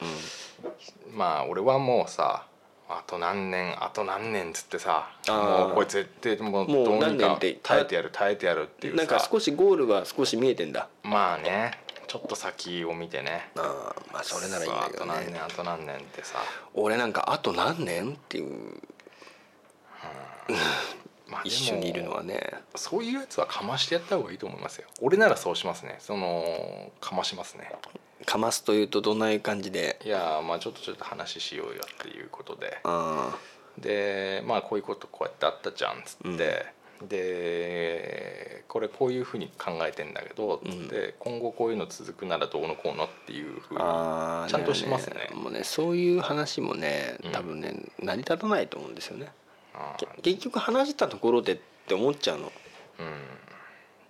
まあ俺はもうさあと何年あと何年っつってさ
あー
もうこれ絶対もう
もう
どう
何
に
年
か
って
耐えてやる耐えてやるっていうさ
なんか少しゴールは少し見えてんだ
まあねちょっと先を見てね
あーまあそれならいいんだけ
さ
ど
ああと何
ね
年あと何年ってさ、
俺なんかあと何年っていう
まあ、でも
一緒にいるのはね
そういうやつはかましてやった方がいいと思いますよ俺ならそうしますねそのかましますね
かますというとどんな感じで
いやーまあちょっとちょっと話しようよっていうことで
あ
でまあこういうことこうやってあったじゃんっつって、でこれこういうふうに考えてんだけどっつって、今後こういうの続くならどうのこうのっていうふう
ー
に
あー
ちゃんとしますね
もうねそういう話もね
うん
多分ね成り立たないと思うんですよね
あ
け
ー
結局話したところでって思っちゃうの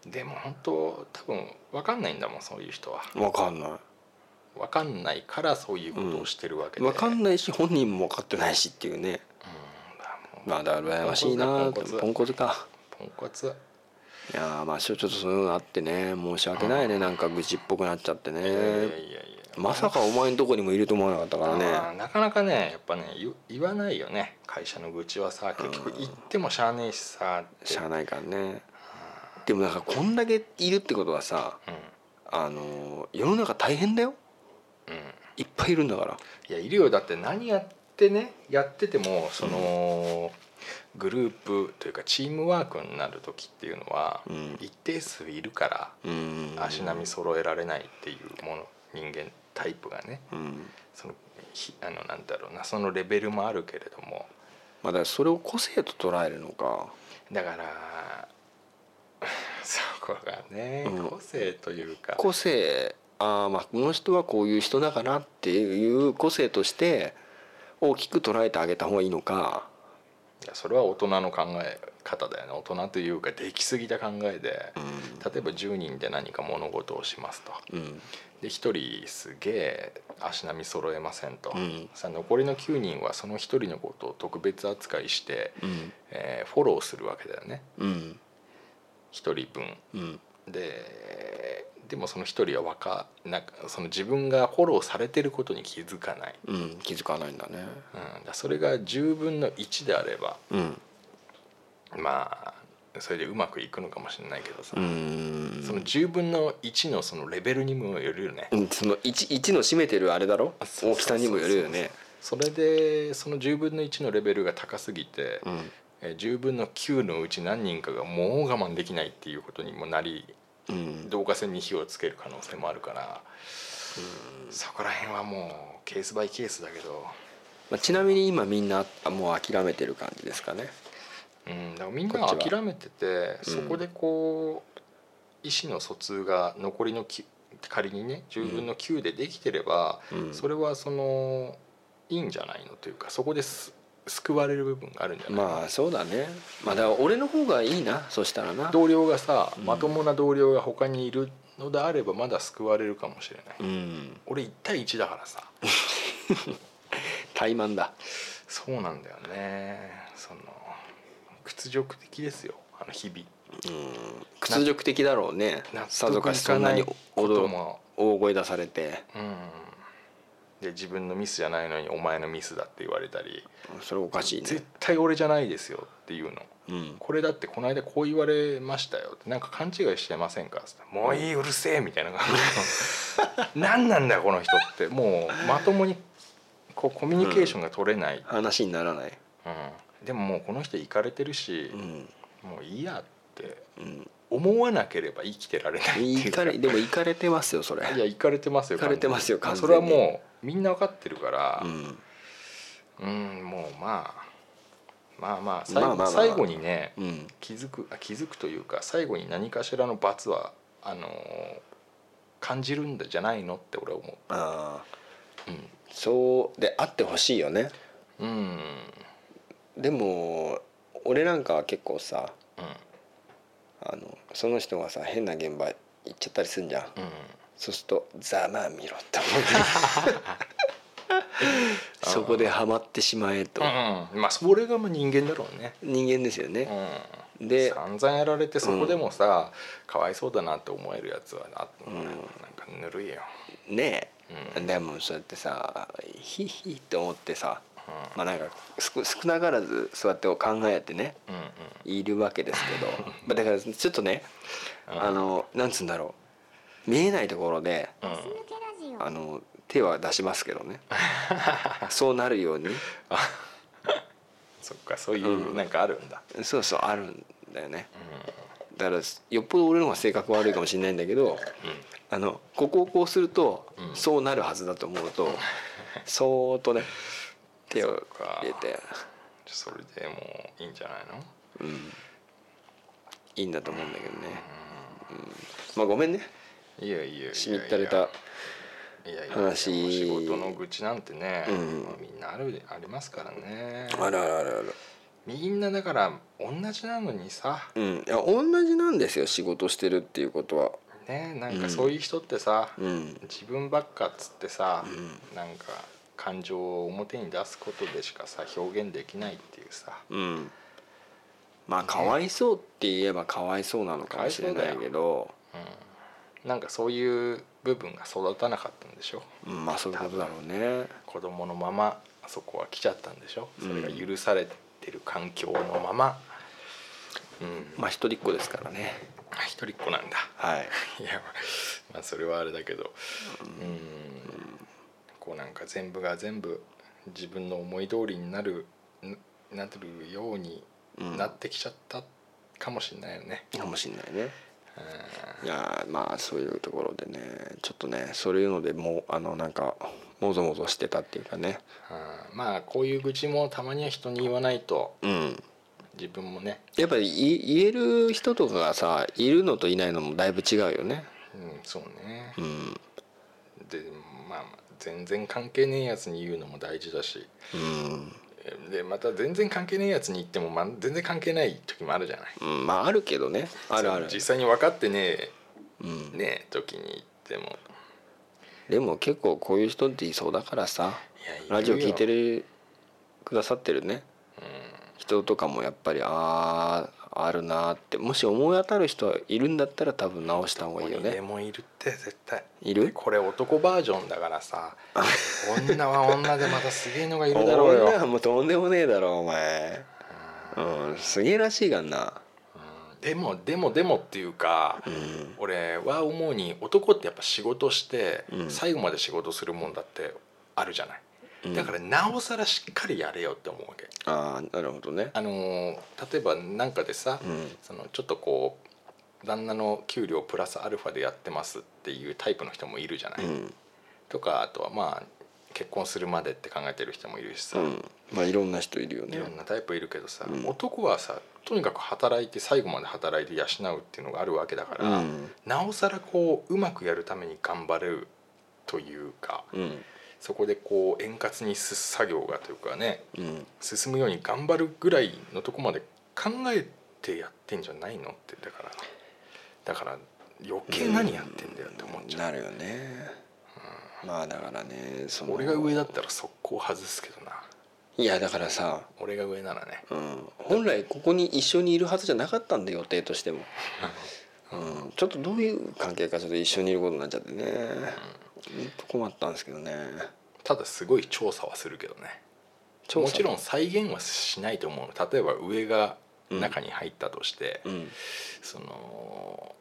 うん、でも本当多分分かんないんだもんそういう人は
分かんな
分かんないからそういうことをしてるわけ
い
で、
分かん
ない、
ないし本人も分かってないしっていうねまあだから羨ましいな
ポン
ー
コツだ
ポ
ポ
ン
ン
コツか
ポンコツ
いやーまあちょっとそういうのあってね申し訳ないねなんか愚痴っぽくなっちゃって
いやいやいや
ね
いや
まさかお前んとこにもいると思わなかったから
まあ
ね
なかなかねやっぱね言言わないよね会社の愚痴はさ結局言ってもしゃあねえしさって
しゃあないからねでもなんかこんだけいるってことはさあのー世の中大変だよ
うんうん
いっぱいいるんだから
いやいるよだって何やってねやっててもその、グループというかチームワークになる時っていうのは、
うん
一定数いるから
うん
足並み揃えられないっていうもの人間タイプがね
うん
そのひあのなんだろうなそのレベルもあるけれども
まあだからそれを個性と捉えるのか
だから そこがね
うん
個性というか、
個性あーまあこの人はこういう人だからっていう個性として大きく捉えてあげた方がいいのか
いやそれは大人の考え方だよね大人というかできすぎた考えで、例えば10人で何か物事をしますと。
うん
で1人すげえ足並み揃えませんと、
うん
さあ残りの9人はその1人のことを特別扱いして、
うん
えーフォローするわけだよね
うん
1人分
うん
ででもその1人はわかなんかその自分がフォローされてることに気づかない、
うん気づかないんだ
うん、
ね
だからそれが10分の1であれば
うん
まあそれでうまくいくのかもしれないけどさ、
うん
その10分の1のそのレベルにもよるよね、
うんその 1, 一の占めてるあれだろ
あそう
大きさにもよるよね
それでその10分の1のレベルが高すぎて、
うん
えー10分の9のうち何人かがもう我慢できないっていうことにもなり
うん
導火線に火をつける可能性もあるからそこら辺はもうケースバイケースだけど、
まあ、ちなみに今みんなあもう諦めてる感じですかね
うん、だからみん
こっ
な
ちは
諦めてて
う
そ
ん
こでこう意思の疎通が残りのき仮にね10分の9でできてれば、
うん
それはそのいいんじゃないのというかそこです救われる部分があるんじゃないの
まあそうだねまあだから俺の方がいいなそしたらな
同僚がさ
ん
まともな同僚が他にいるのであればまだ救われるかもしれない、
うん
俺1対1だから さ
怠慢だ
そうなんだよねその屈辱的ですよあの日々
屈辱的だろうね
納
さぞ
得
か
い
しそ
か
んな
な
に
いこ
お
と
ど
も
大声出されて
うんで自分のミスじゃないのにお前のミスだって言われたり
それおかしいね
絶、対俺じゃないですよっていうの
うん、
これだってこの間こう言われましたよってなんか勘違いしてませんか?」つってもういいうるせえ」みたいな感じ 何なんだよこの人ってもうまともにこうコミュニケーションが取れない、うん
話にならない、
でももうこの人行かれてるし
う、ん
もういいやって
うん、
思わなければ生きてられないっていう
いか
か
れでも行かれてますよそれ
いや行かれてますよ
行かれてますよ
完全
完
に
全に
それはもうみんな分かってるから
うん
うん、もうまあまあまあ最後,、
まあまあまあ
最後にね
うん
気づくあ気づくというか最後に何かしらの罰はあのー感じるんじゃないのって俺は思
ああ
う、
そうであってほしいよね
うんうん
でも俺なんかは結構さ
うん
あのその人がさ変な現場行っちゃったりすんじゃん
うん
そうすると「ざまあ見ろ」って思う そこでハマってしまえと
うんうんまあそれがまあ人間だろうね、
人間ですよね
う
で
ん、散々やられてそこでもさ、かわいそうだなって思えるやつはあ、なんかぬるいよ、
ね
うん
でもそうやってさヒッヒッって思ってさまあなんか少少なからずそうやって考えてね
うんうん
いるわけですけど まあだからちょっとね
うん
あのなんつうんだろう見えないところで
うん
あの手は出しますけど ねそうなるように
そっかそういうなんかあるんだ、
そうそうあるんだよねだからよっぽど俺の方が性格悪いかもしれないんだけどあのここをこうすると
うん
そうなるはずだと思うと そーっとね手を入れて
それでもういいんじゃないの
いいんだと思うんだけどね、うんまあごめんね
いやいやいや
しみったれた
いやいや
話
もう仕事の愚痴なんてね、
うん
まあみんなあるありますからね
あるあるあるある
みんなだから同じなのにさ
うんいや同じなんですよ仕事してるっていうことは
ねなんかそういう人ってさ、
うん
自分ばっかっつってさ、なんか感情を表に出すことでしかさ表現できないっていうさ
うんまあかわいそうって言えばかわいそうなのかもしれないけど
なんかそういう部分が育たなかったんでしょ
うんまあそういうことだろうね
子供のままあそこは来ちゃったんでしょそれが許されてる環境のままうん
まあ一人っ子ですからね
あ一人っ子なんだ
はい
いやまあそれはあれだけどうんこうなんか全部が全部自分の思い通りになるんなってるように
うん
なってきちゃったかもしれないよね、
かもしれないね
う
いやーまあそういうところでねちょっとねそういうのでもうあのなんかもぞもぞしてたっていうかね
んうんまあこういう愚痴もたまには人に言わないと
うん
自分もね、
やっぱりい言える人とかがさいるのといないのもだいぶ違うよね
うん、そうね
う、ん
でまあ全然関係ねえやつに言うのも大事だし
うん、
でまた全然関係ねえやつに言っても、まあ、全然関係ない時もあるじゃない
うん、まああるけどねあるある
そう実際に分かってね
うん
えねえ時に言っても
でも結構こういう人っていそうだからさ
いやいるよ
ラジオ聞いてるくださってるね人とかもやっぱりあああるなーってもし思い当たる人いるんだったら多分直した方がいいよ
鬼で
ね
もいるって絶対
いる
これ男バージョンだから さ女は女でまたすげえのがいるだろう
女
よ、
はもうとんでもねえだろお前うんすげえらしいがんな
うんでもでもでもっていうか、
うん
俺は思うに男ってやっぱ仕事して
うん
最後まで仕事するもんだってあるじゃない、
うん
だからなおさらしっかりやれよって思うわけ
ああなるほどね
あのー例えばなんかでさ、
うん
そのちょっとこう旦那の給料プラスアルファでやってますっていうタイプの人もいるじゃな
う
い、
ん
とかあとはまあ結婚するまでって考えてる人もいるしさ、
うんまあいろんな人いるよ
い
ね
ろんなタイプいるけどさ、
うん
男はさとにかく働いて最後まで働いて養うっていうのがあるわけだか
う
ら、
ん
なおさらこううまくやるために頑張れるというか
うん
そこでこう円滑にす作業がというかね
うん
進むように頑張るぐらいのとこまで考えてやってんじゃないのってだからだから余計何やってんだよって思っちゃ、
なるよねまあだからねそうの
俺が上だったら速攻外すけどない
やだからさ
俺が上ならね
うん、本来ここに一緒にいるはずじゃなかったんで予定としても、うん、ちょっとどういう関係かちょっと一緒にいることになっちゃってね、ほんと困ったんですけどね
ただすごい調査はするけどねもちろん、再現はしないと思うの例えば上が中に入ったとして、
うん、
その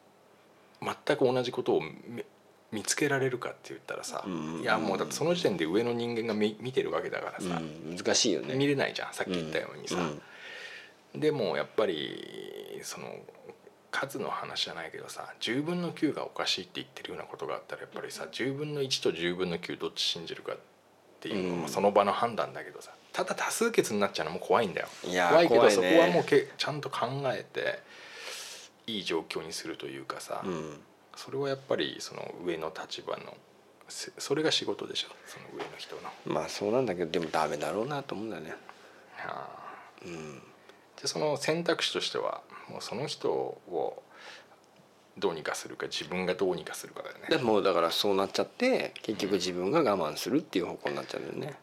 全く同じことをめ見つけられるかって言ったらさ、
うん
いやもうだってその時点で上の人間が見見てるわけだからさ、
うん、難しいよね
見れないじゃんさっき言ったようにさ、
うん
でもやっぱりその数の話じゃないけどさ10分の9がおかしいって言ってるようなことがあったらやっぱりさ10分の1と10分の9どっち信じるかっていうの
うん
もその場の判断だけどさただ多数決になっちゃうのも怖いんだよ
いやー
怖いけど
怖いね
そこはもうけちゃんと考えていい状況にするというかさ、
うん
それはやっぱりその上の立場のせそれが仕事でしょその上の人の。
まあそうなんだけどでもダメだろうなと思うんだよね
ああでその選択肢としてはもうその人をどうにかするか自分がどうにかするかだよね
でもうだからそうなっちゃって結局自分が我慢するっていう方向になっちゃうんだよね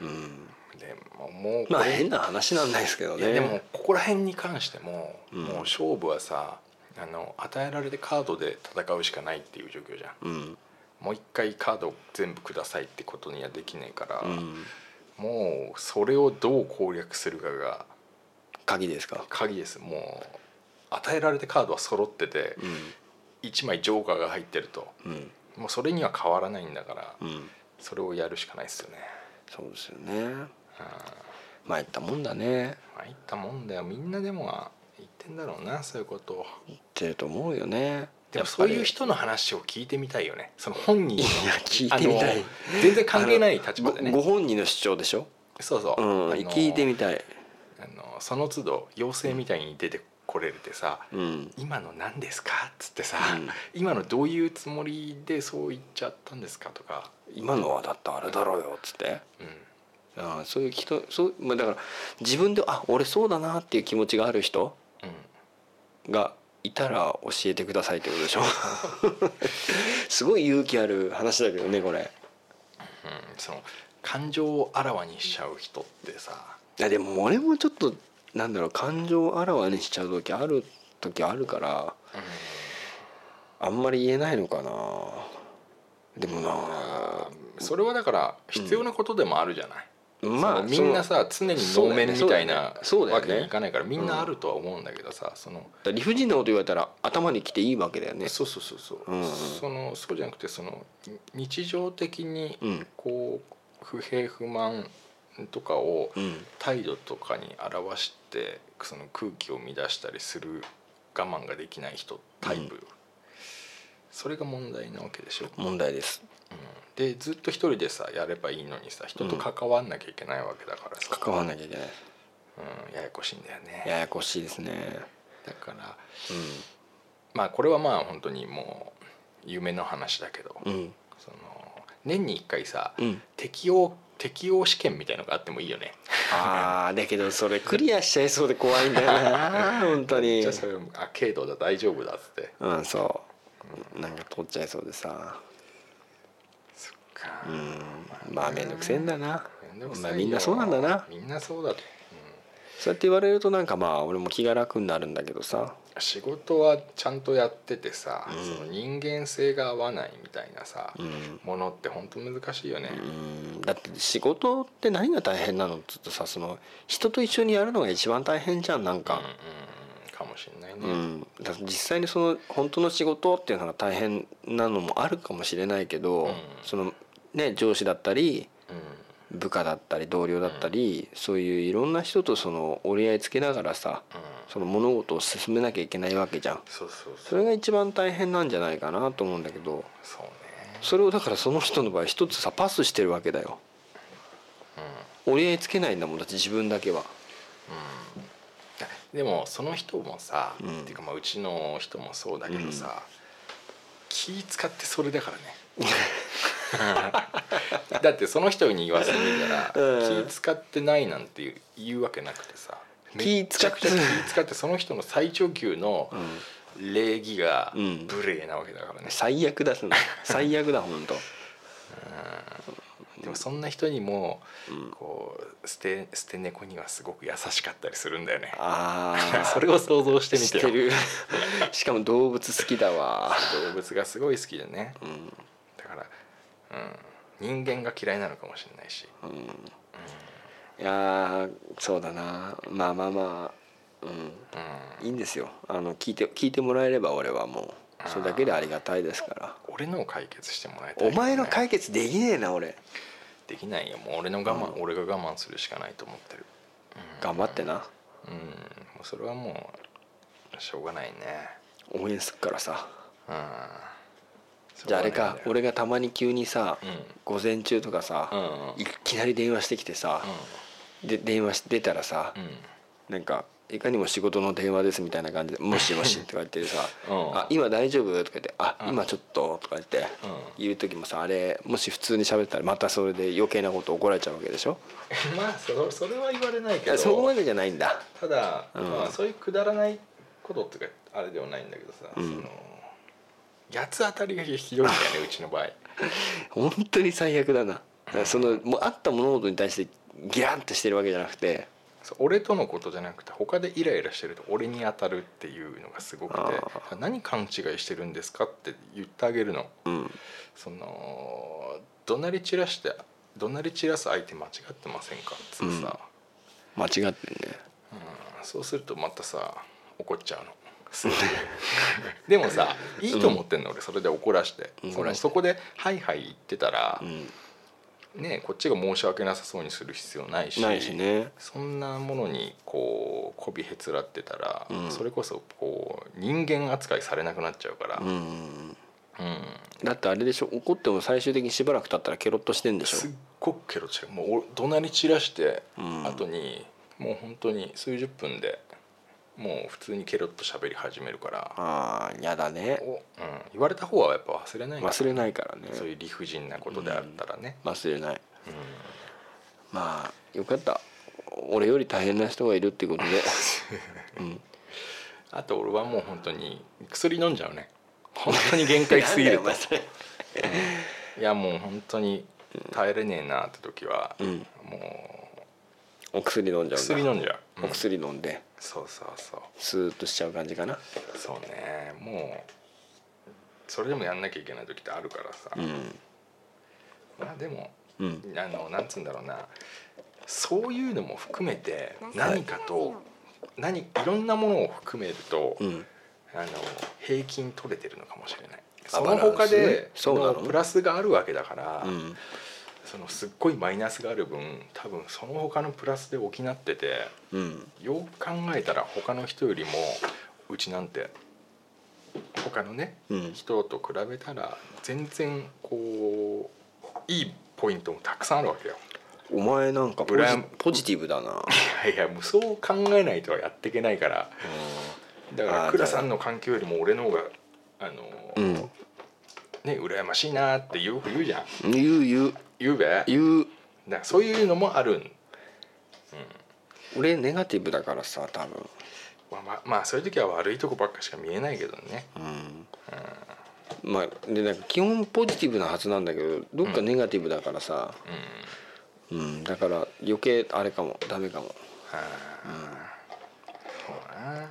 う
うん
んでももうこ
まあ
れ
変な話なんないですけど
い
ね
やでもここら辺に関しても、
うん
もう勝負はさあの与えられてカードで戦うしかないっていう状況じゃん
うん
もう一回カード全部くださいってことにはできないから、
うん
もうそれをどう攻略するかが
鍵ですか
鍵ですもう与えられてカードは揃ってて、
う
1枚ジョーカーが入ってると
んうん
もうそれには変わらないんだから
うん
それをやるしかないですよね
そうですよね
うん
参ったもんだね
参ったもんだよみんなでも言ってんだろうなそういうことを
言ってると思うよね
で
やっぱ
もそ
り
ういう人の話を聞いてみたいよねその本人の
いや聞いてみたい
あの全然関係ない立場で
ご
ね
ご本人の主張でしょ
そうそうう、
ん
あの
聞いてみたい
あのその都度妖精みたいに出てこれるってさ、
うん
今の何ですか?」っつってさ、
うん
今のどういうつもりでそう言っちゃったんですか?」とか、
今のはだってあれだろうよっつって
うん、
ああそういう人そう、まあ、だから自分であ俺そうだなっていう気持ちがある人
うん
がいたら教えてくださいってことでしょ すごい勇気ある話だけどねこれ
うん、その感情をあらわにしちゃう人ってさ
いやでも俺もちょっとなんだろう感情をあらわにしちゃう時ある時あるからあんまり言えないのかなでもな
それはだから必要なことでもあるじゃない、
まあ
そのみんな
その
さ常に能面みたいな
そうだよねそうだよ
わ
ね
けにいかないからみんなあるとは思うんだけどさその
だから理不尽なこと言われたら頭にきていいわけだよね
そうそうそうそう、
うんうん
そのそうじゃなくてそのに日常的に
うん
こう不平不満とかを
うん
態度とかに表してその空気を乱したりする我慢ができない人タイプ、それが問題なわけでしょ、
問題です
でずっと一人でさやればいいのにさ人と関わんなきゃいけないわけだからさ、
関わらなきゃいけない
うん、ややこしいんだよね
ややこしいですね
だから
う
まあこれはまあ本当にもう夢の話だけど、
んうん
その年に1回さ、
うん
適応適応試験みたいのがあってもいいよね
あーだけどそれクリアしちゃいそうで怖いんだよな本当に
じゃあそれあ軽度だ大丈夫だっつって
うんそうなんか取っちゃいそうでさ
そっか
うんまあ面倒くせえんだな
めんどくさい
まあ
よ
みんなそうなんだな
みんなそうだと、
そうやって言われるとなんかまあ俺も気が楽になるんだけどさ
うん、仕事はちゃんとやっててさ、
うん
その人間性が合わないみたいなさ、
うん
ものって本当難しいよね、
うんだって仕事って何が大変なのっつうとさその人と一緒にやるのが一番大変じゃんなん
かか
か、
もしれないね、
うん、だから実際にその本当の仕事っていうのが大変なのもあるかもしれないけど、
うん
そのね上司だったり
う
部下だったり同僚だったり、そういういろんな人とその折り合いつけながらさ
んうん
その物事を進めなきゃいけないわけじゃん
そうそうそ
そうれが一番大変なんじゃないかなと思うんだけど
そうね
それをだからその人の場合一つさパスしてるわけだよ折り合いつけないんだもんだって自分だけは
でもその人もさ、
うん
っていうかまあうちの人もそうだけどさ、気使ってそれだからね だってその人に言わせてみたら、
うん
気使ってないなんて言う言うわけなくてさ
気使っ
めちゃくち
て
ゃ気使ってその人の最上級の礼儀が
うん
無礼なわけだからね、
最悪だすな最悪 だ本当
でもそんな人にも、こう捨て捨て猫にはすごく優しかったりするんだよね
あ
それを想像してみ
してて
よ
る しかも動物好きだわ
動物がすごい好きでね
うん
だから、うん、人間が嫌いなのかもしれないし、
いやーそうだなまあまあまあう
うん、
んいいんですよあの聞いて聞いてもらえれば俺はもうそれだけでありがたいですから
俺のを解決してもらいたいけど
お
ね、
前の解決できねえな俺
できないよもう俺の我慢、俺が我慢するしかないと思ってる
頑張ってな
うんもうそれはもうしょうがないね
応援すっからさ
うん
じゃああれか俺がたまに急にさ、
うん
午前中とかさ、
うんうん
いきなり電話してきてさ、で電話し出たらさ、なんかいかにも仕事の電話ですみたいな感 じで「もしもし」とか言ってさ「
うん
あ今大丈夫?」とか言って「あ
うん
今ちょっと」とか言って
うん
言う時もさあれもし普通に喋ったらまたそれで余計なこと怒られちゃうわけでしょ
うんまあそそれは言われない
い
け
や
ど
そこまでじゃないんだ
ただ、
うん
まあ、そういうくだらないことっていうかあれではないんだけどさ、
ん
その八つ当たりがひどいんだよねうちの 場合
本当に最悪だなだからそのもうあった物事に対してギランってしてるわけじゃなくて
そう俺とのことじゃなくて他でイライラしてると俺に当たるっていうのがすごくて
あ
何勘違いしてるんですかって言ってあげるの
うん
その怒鳴り散らして怒鳴り散らす相手間違ってませんかっつってさ、
間違ってんね
そうするとまたさ怒っちゃうの。 でもさいいと思ってんの俺それで怒らして,、
うん
そ
怒ら
の
して
そこで「はいはい」言ってたら
う、ん
ねこっちが申し訳なさそうにする必要ないし
ないしね
そんなものにこう媚びへつらってたら、
うん
それこそこう人間扱いされなくなっちゃうから、
うんうん
うん
だってあれでしょ怒っても最終的にしばらく経ったらケロッとしてんでしょ
すっごくケロ散らもうお怒鳴り散らして、
うん
後にもう本当に数十分でもう普通にケロッと喋り始めるから。
ああやだね
を、うん、言われた方はやっぱ忘れないんだ
忘れないからね
そういう理不尽なことであったらね、
忘れない
うん
まあよかった俺より大変な人がいるっていうことでうん
あと俺はもう本当に薬飲んじゃうね 本当に限界すぎる
なん
と
だよお前それ
いやもう本当に耐えれねえなって時は、
うん
も
お薬飲んじゃうん
う
だ
薬飲んじゃう、うん
お薬飲んで
そうそうそう
スーッとしちゃう感じかな
そうねもうそれでもやんなきゃいけない時ってあるからさ、
うん
まあでも
うん
あのなんつうんだろうなそういうのも含めて何かと何いろんなものを含めると、
うん
あの平均取れてるのかもしれない
あ
その
バラ
他
ンスね
で
そうなの
のプラスがあるわけだから、
うん
そのすっごいマイナスがある分多分その他のプラスで補ってて
うん
よく考えたら他の人よりもうちなんて他のね
うん
人と比べたら全然こういいポイントもたくさんあるわけよ。
お前なんかポジ
羨む
ポジティブ だな
いやいやもうそう考えないとはやっていけないからだか
あー
ら倉さんの環境よりも俺の方があの、
うん
ね羨ましいなってよく言うじゃん
言う言う
言うべだか
言う
らそういうのもあるん、
俺ネガティブだからさ多分
まあまあ、まあそういう時は悪いとこばっかしか見えないけどね
うんまあでなんか基本ポジティブなはずなんだけどどっかネガティブだからさ、
うん
うんだから余計あれかもダメかも
はあ、そうだな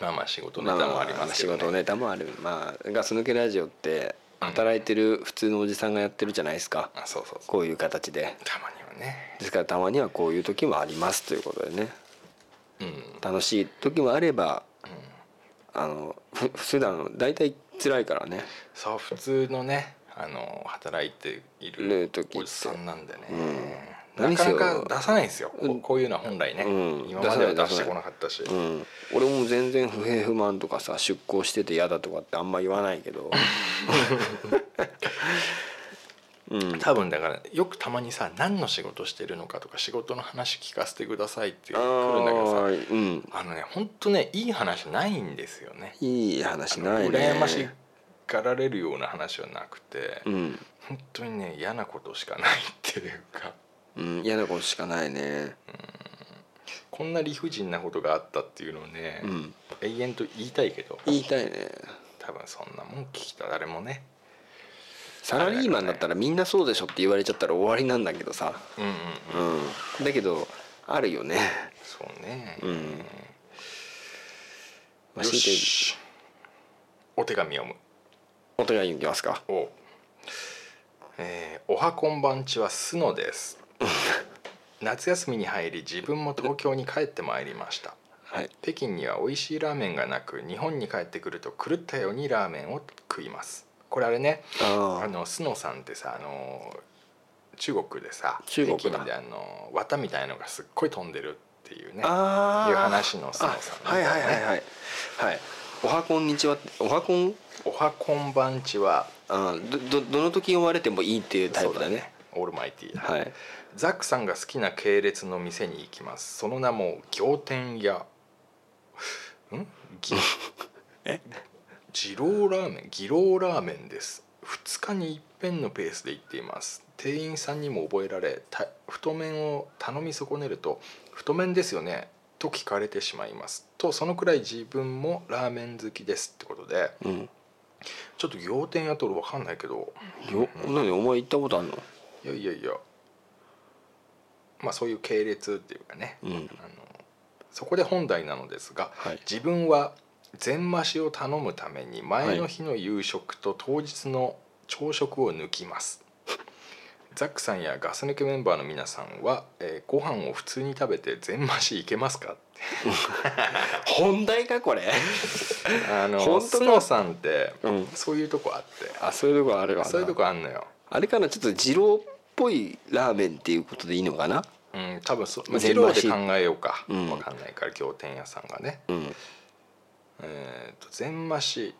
まあまあ仕事ネタもありますけど、
仕事
ね
ネタもあるまあガス抜けラジオって働いてる普通のおじさんがやってるじゃないですか、
あそうそうそう
こういう形で
たまにはね
ですからたまにはこういう時もありますということでね
うん
楽しい時もあれば、あのふ普段大体辛いからね
そう普通のねあの働いてい
ね
る
時って
おじさんなんでね、
何
な
せ
か
よ
なか出さないんですよ、こうこういうのは本来ね、
うん
今までは
出さない
出してこなかったし、
うん、俺も全然不平不満とかさ出向してて嫌だとかってあんま言わないけ どうん
多分だからよくたまにさ何の仕事してるのかとか仕事の話聞かせてくださいって来るんだけどさ
あーうん
あのね本当ねいい話ないんですよね
いい話ないね
羨ましがられるような話はなくて、
うん、
本当にね嫌なことしかないっていうか
うん、嫌なことしかないね
こんな理不尽なことがあったっていうのをね、
うん
永遠と言いたいけど
言いたいね
多分そんなもん聞きた誰もね
サラリーマンだったらみんなそうでしょって言われちゃったら終わりなんだけどさ、
うんうん
うん、だけどあるよね、
そうね
うんまあ、
よ
強いて
しお手紙読む
お互いに行きますか
おえーおはこんばんちはすのです」夏休みに入り自分も東京に帰ってまいりました
はい
北京には美味しいラーメンがなく日本に帰ってくると狂ったようにラーメンを食いますこれあれね
あ
あ
ー
のスノさんってさあの中国でさ
中国だ
北京であの綿みたいのがすっごい飛んでるってっていうね
あー
いう話のそのさ
あはいはいはいはいはいおはこんにちはおはこん
おはこんばんちは
あーどどどの時呼ばれてもいいっていうタイプだね
オールマイティーだ
はい
ザックさんが好きな系列の店に行きますその名も仰天屋んぎ二郎ラーメン義郎ラーメンです2日に一遍のペースで行っています店員さんにも覚えられた太麺を頼み損ねると「太麺ですよね?」と聞かれてしまいますとそのくらい自分もラーメン好きですってことで
うん
ちょっと仰天屋と俺分かんないけど
よ何お前行ったことあんの
いやいやいやまあそういう系列っていうかね、
うん
あのそこで本題なのですが、
はい
自分は全増しを頼むために前の日の夕食と当日の朝食を抜き ます、ザックさんやガス抜けメンバーの皆さんは、えーご飯を普通に食べて全増しいけますか
本題かこれ
あの
本当
スノーさんって、
うん
そういうとこあって
あそういうとこあるわな
そういうとこあんのよ、
あれかなちょっと二郎っぽいラーメンっていうことでいいのかな
うん、多分そ、まあ、
全
二
増
郎
し
で考えようか、
うん
わかんないから仰天屋さんがね、
うん
えー、と全増し、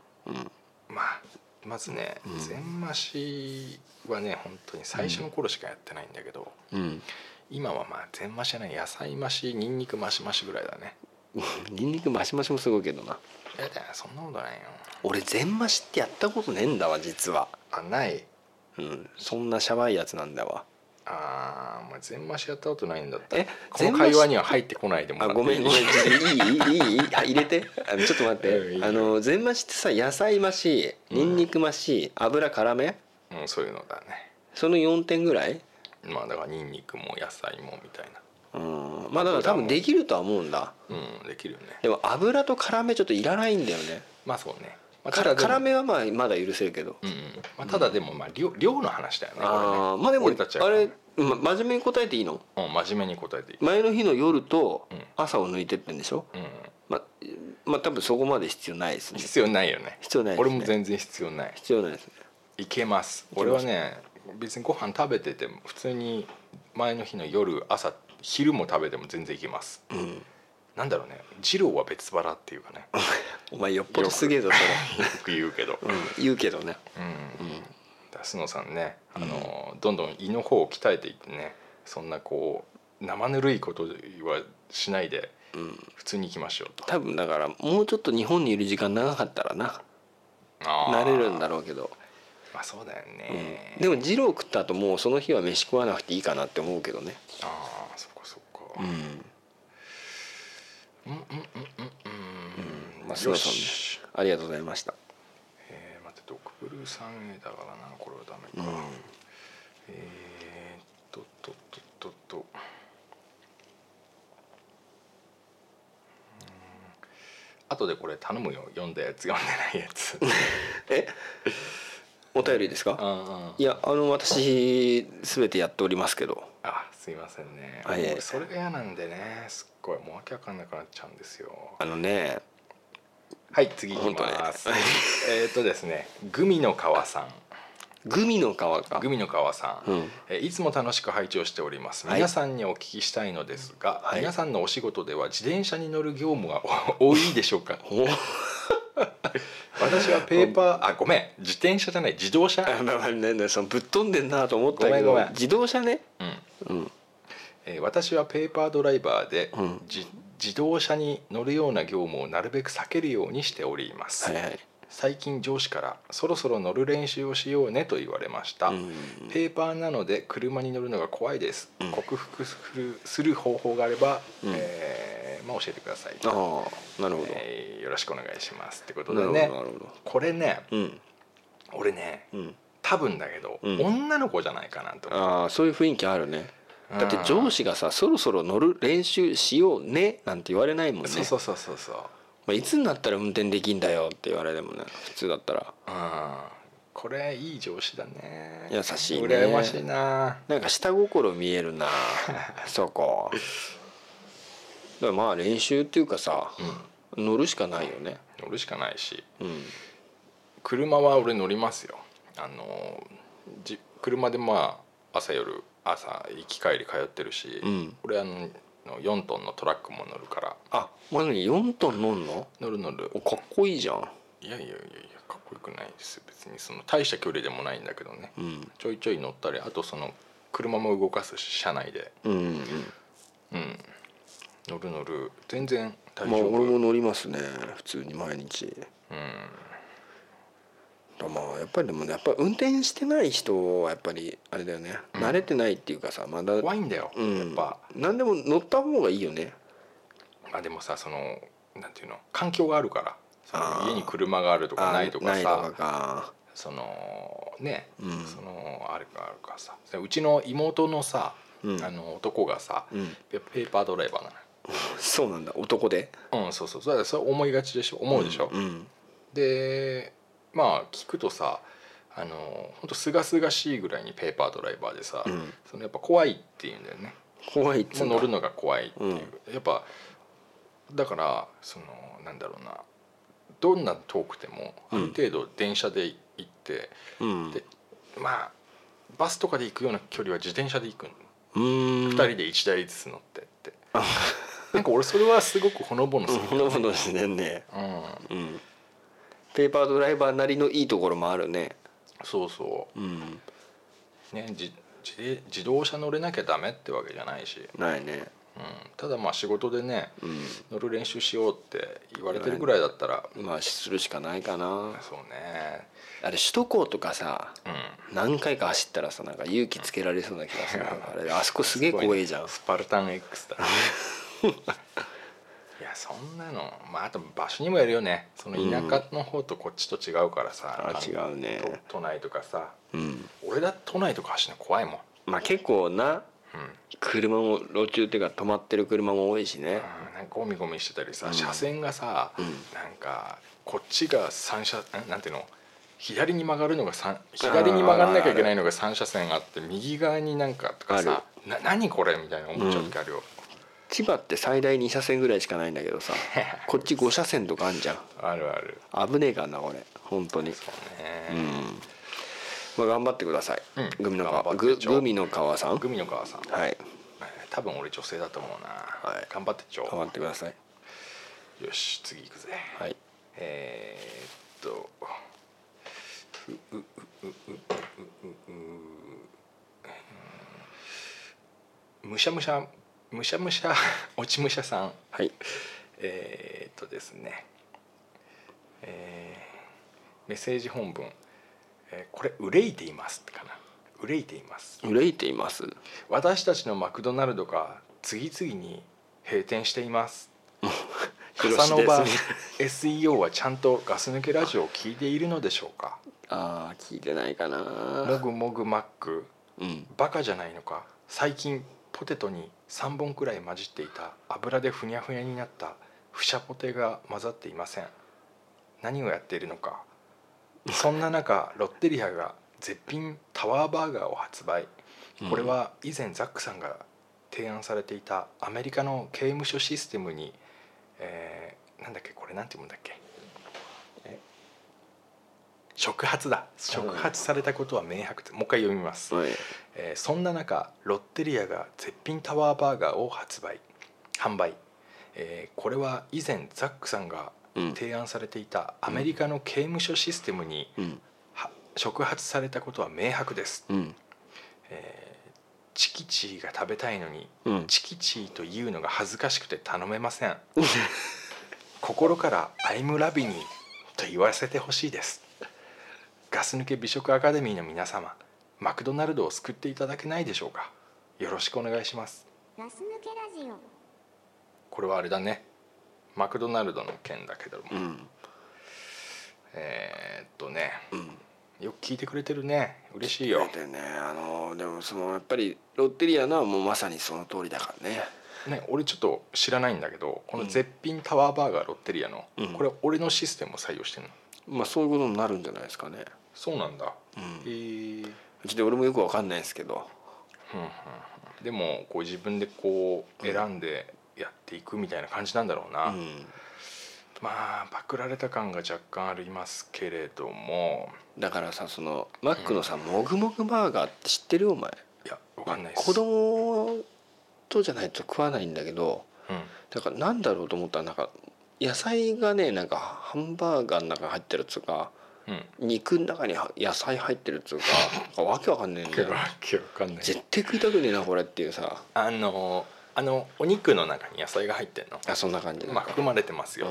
まあまずね、全増しはね本当に最初の頃しかやってないんだけど、
うん
今はまあ全増しじゃない野菜増しにんにく増し増しぐらいだね
ニンニクマシマシもすごいけどない
やだよそんなことないよ
俺全マシってやったことねえんだわ実は
あない
うんそんなシャバいやつなんだわ
あーお前全増しやったことないんだったら
え
この
全増し
会話には入ってこないでもら
あ
っていい
ごめんごめんちょっといいいいいいいいあ入れてあのちょっと待って、
うんいいよ
あの全増しってさ野菜増しにんにく増し油辛め
うん、そういうのだね
その4点ぐらい
まあだからにんにくも野菜もみたい
うんまあだから多分できるとは思うんだ
なうんできるよね
でも油と辛めちょっといらないんだよね
まあそうね、まあ、
から
でも
辛めはまあまだ許せるけど、
うんうんまあ、ただでもまあ量量の話だよねこれね
ああまあでも
俺たちは
あれま真面目に答えていいの
うん、真面目に答えていい、
前の日の夜と
うん
朝を抜いてってんでしょ、
うん、
ままあ多分そこまで必要ないですね
必要ないよね
必要ないですね
俺も全然必要ない
必要ないですね
いけます俺はね別にご飯食べてても普通に前の日の夜朝昼も食べても全然いけます、なんだろうね二郎は別腹っていうかねよ
お前よっぽどすげえぞそ
く言う けど
れ、うん、言うけどね
うん、だ須野さんねあの、どんどん胃の方を鍛えていってねそんなこう生ぬるいことはしないで、普通に行きましょうと
多分だからもうちょっと日本にいる時間長かったらな
慣
慣れるんだろうけど、
まあそうだよ
うん
ね、
でも二郎食った後もうその日は飯食わなくていいかなって思うけどね
ああそっかそっか、
うん
うん
まあ
よし、
ありがとうございました
えー、待ってドクブルーさんへだからなこれはダメ
うん
か、えー、っとととととうーん後でこれ頼むよ読んだやつ読んでないやつ
えお便りですか
うんうん
いやあの私すべてやっておりますけど
あすいませんね
あいえいえ
もうそれが嫌なんでねすっごいもう訳わかんなくなっちゃうんですよ
あのね
はい次いきます、
本
えーっとですねグミの川さん
グミの皮か
グミの川さん、
うん
えーいつも楽しく拝聴しております
はい
皆さんにお聞きしたいのですが、
はい
皆さんのお仕事では自転車に乗る業務はお 多いでしょうか
お
私はペーパーあごめん自転車じゃない自動車、
あまあまあねねそのぶっ飛んでんなと思った
ごめ
け
んご
ど
めん
自動車ね
うん
うん
えー私はペーパードライバーで、
うん
じ自動車に乗るような業務をなるべく避けるようにしております、
はいはい
最近上司から「そろそろ乗る練習をしようね」と言われました、
うん
ペーパーなので車に乗るのが怖いです、克服するする方法があれば、えーまあ、教えてください、
ああなるほど
えーよろしくお願いしますってこと
な
で
るほどな
ね
るほど
これね
うん
俺ね
うん
多分だけど、
うん
女の子じゃないかなと思う
ああそういう雰囲気あるねだって上司がさそろそろ乗る練習しようねなんて言われないもんね
そうそうそうそうそう
まあ、いつになったら運転できんだよって言われてもね普通だったら
うんこれいい上司だね
優しいね
羨ましいな
なんか下心見える なそこだからまあ練習っていうかさ、乗るしかないよね
乗るしかないし
うん
車は俺乗りますよあのじ車でまあ朝夜朝行き帰り通ってるし、
うん
俺あのの4トンのトラックも乗るから
あまだに4トン乗んの
乗る乗る
おかっこいいじゃん
いやいやいやいやかっこよくないですよ別にその大した距離でもないんだけどね
うん
ちょいちょい乗ったりあとその車も動かすし車内で
うんうん
うん乗る乗る全然
う
大
んまあ
丈夫、
俺も乗りますね普通に毎日
うん
だまあやっぱりでもねやっぱ運転してない人はやっぱりあれだよね、
ん
慣れてないっていうかさまだ
怖いんだよ、
うん
やっぱ
何でも乗った方がいいよね
まあでもさそのなんていうの環境があるからそ
あー
の家に車があるとかないとか
あないとか
さ
か
そのね、
うん
そのあるかあるかさうちの妹のさ、
うん
あの男がさ、
うん
ペペーパードライバーな
そうなんだ男で
のうんそうそうそれそれ思いがちでしょ思うでしょ、
うん
でまあ聞くとさあの本当すがすがしいぐらいにペーパードライバーでさ、
うん
そのやっぱ怖いっていうんだよね
怖いっつ
も
う
う
の
乗るのが怖いっていう、やっぱだからそのなんだろうなどんな遠くてもある程度電車で行って、
うん
でまあバスとかで行くような距離は自転車で行くの
2
2人で1台ずつ乗ってって なんか俺それはすごくほのぼのする
ほのぼのしてんね
うん、
うんペーパードライバーなりのいいところもあるね
そうそ
うん
うねじ自自動車乗れなきゃダメってわけじゃないし、
ないね
うん、ただまあ仕事でね
う
乗る練習しようって言われてるぐらいだったら
んまあするしかないかな
そうね
あれ首都高とかさ
うん
何回か走ったらさなんか勇気つけられそうな気がするあれあそこすげえ怖えじゃん
スパルタン X だ いやそんなのまああと場所にもやるよねその田舎の方とこっちと違うからさ、
あ違
の
うね
と都内とかさ
うん
俺だって都内とか走るの怖いもん、
まあ結構な
うん
車も路中っていうか止まってる車も多いし
う
ね
んなんかゴミゴミしてたりさ、
うん
車線がさ、
うん
なんかこっちが3車んなんていうの左に曲がるのが三左に曲がんなきゃいけないのが3車線あって右側になんかとかさ「な何これ?」みたいな思っちゃう時あるよ、
千葉って最大2車線ぐらいしかないんだけ どさこっち5車線とかあんじゃ
あるある
ん危ねえからなこれ本当に
そう
う
ね、
んまあ頑張ってください、
うん
グミの
頑張
川
って
グ
ちょ
グミの川さん
グミの川さん
はい
多分俺女性だと思うな、
はい
頑張ってち
頑張
ょ
ってください
よし次行くぜ、
はい
えー、っとうううううううううんむしゃむしゃむしゃむしゃ落ちむしゃさん
はい
えー、っとですねえーメッセージ本文、えーこれ憂いていますってかな憂いています
憂いています
私たちのマクドナルドが次々に閉店してい ます
ヒロ
カ
シ
サ
で
ノ
す
バ SEO はちゃんとガス抜けラジオを聞いているのでしょうか
ああ聞いてないか
も
な
ぐもぐマック
うん
バカじゃないのか最近ポテトに3本くらい混じっていた油でふにゃふにゃになったふしゃポテが混ざっていません何をやっているのかそんな中ロッテリアが絶品タワーバーガーを発売これは以前ザックさんが提案されていたアメリカの刑務所システムに、えーなんだっけこれなんて言うんだっけえ触発だ触発されたことは明白もう一回読みます、
はい
えーそんな中ロッテリアが絶品タワーバーガーを発売販売、えーこれは以前ザックさんが
うん
提案されていたアメリカの刑務所システムに
うん
は触発されたことは明白です、
うん
えーチキチーが食べたいのに、
うん
チキチーというのが恥ずかしくて頼めませ ん心から「アイムラビニー」と言わせてほしいですガス抜け美食アカデミーの皆様マクドナルドを救っていただけないでしょうかよろしくお願いします
ガス抜けラジオ
これはあれだねマクドナルドの件だけども、
うん
えーっとね
うん
よく聞いてくれてるね嬉しい
だ
よ
っ、てねあのでもそのやっぱりロッテリアのはもうまさにその通りだからね
ね、俺ちょっと知らないんだけどこの絶品タワーバーガーロッテリアの、
うん
これ俺のシステムを採用してるの
まあそういうことになるんじゃないですかね
そうなんだ、
うん
えー
ちょっと俺もよくわかんないですけど
でもこう自分でこう選んでやっていくみたいな感じなんだろうな、
うん
まあパクられた感が若干ありますけれども
だからさそのマックのさもぐもぐバーガーって知ってるお前
いやわかんないです
子供トじゃないと食わないんだけどだからなんだろうと思ったらなんか野菜がねなんかハンバーガーの中に入ってるっつうか
うんうん
肉の中には野菜入ってるっつうかなんかわけわかんねえん だよ
わけわかんない
絶対食いたくねえなこれっていうさ
あのあのお肉の中に野菜が入ってんの
あそんな感じ
まあ含まれてますよっ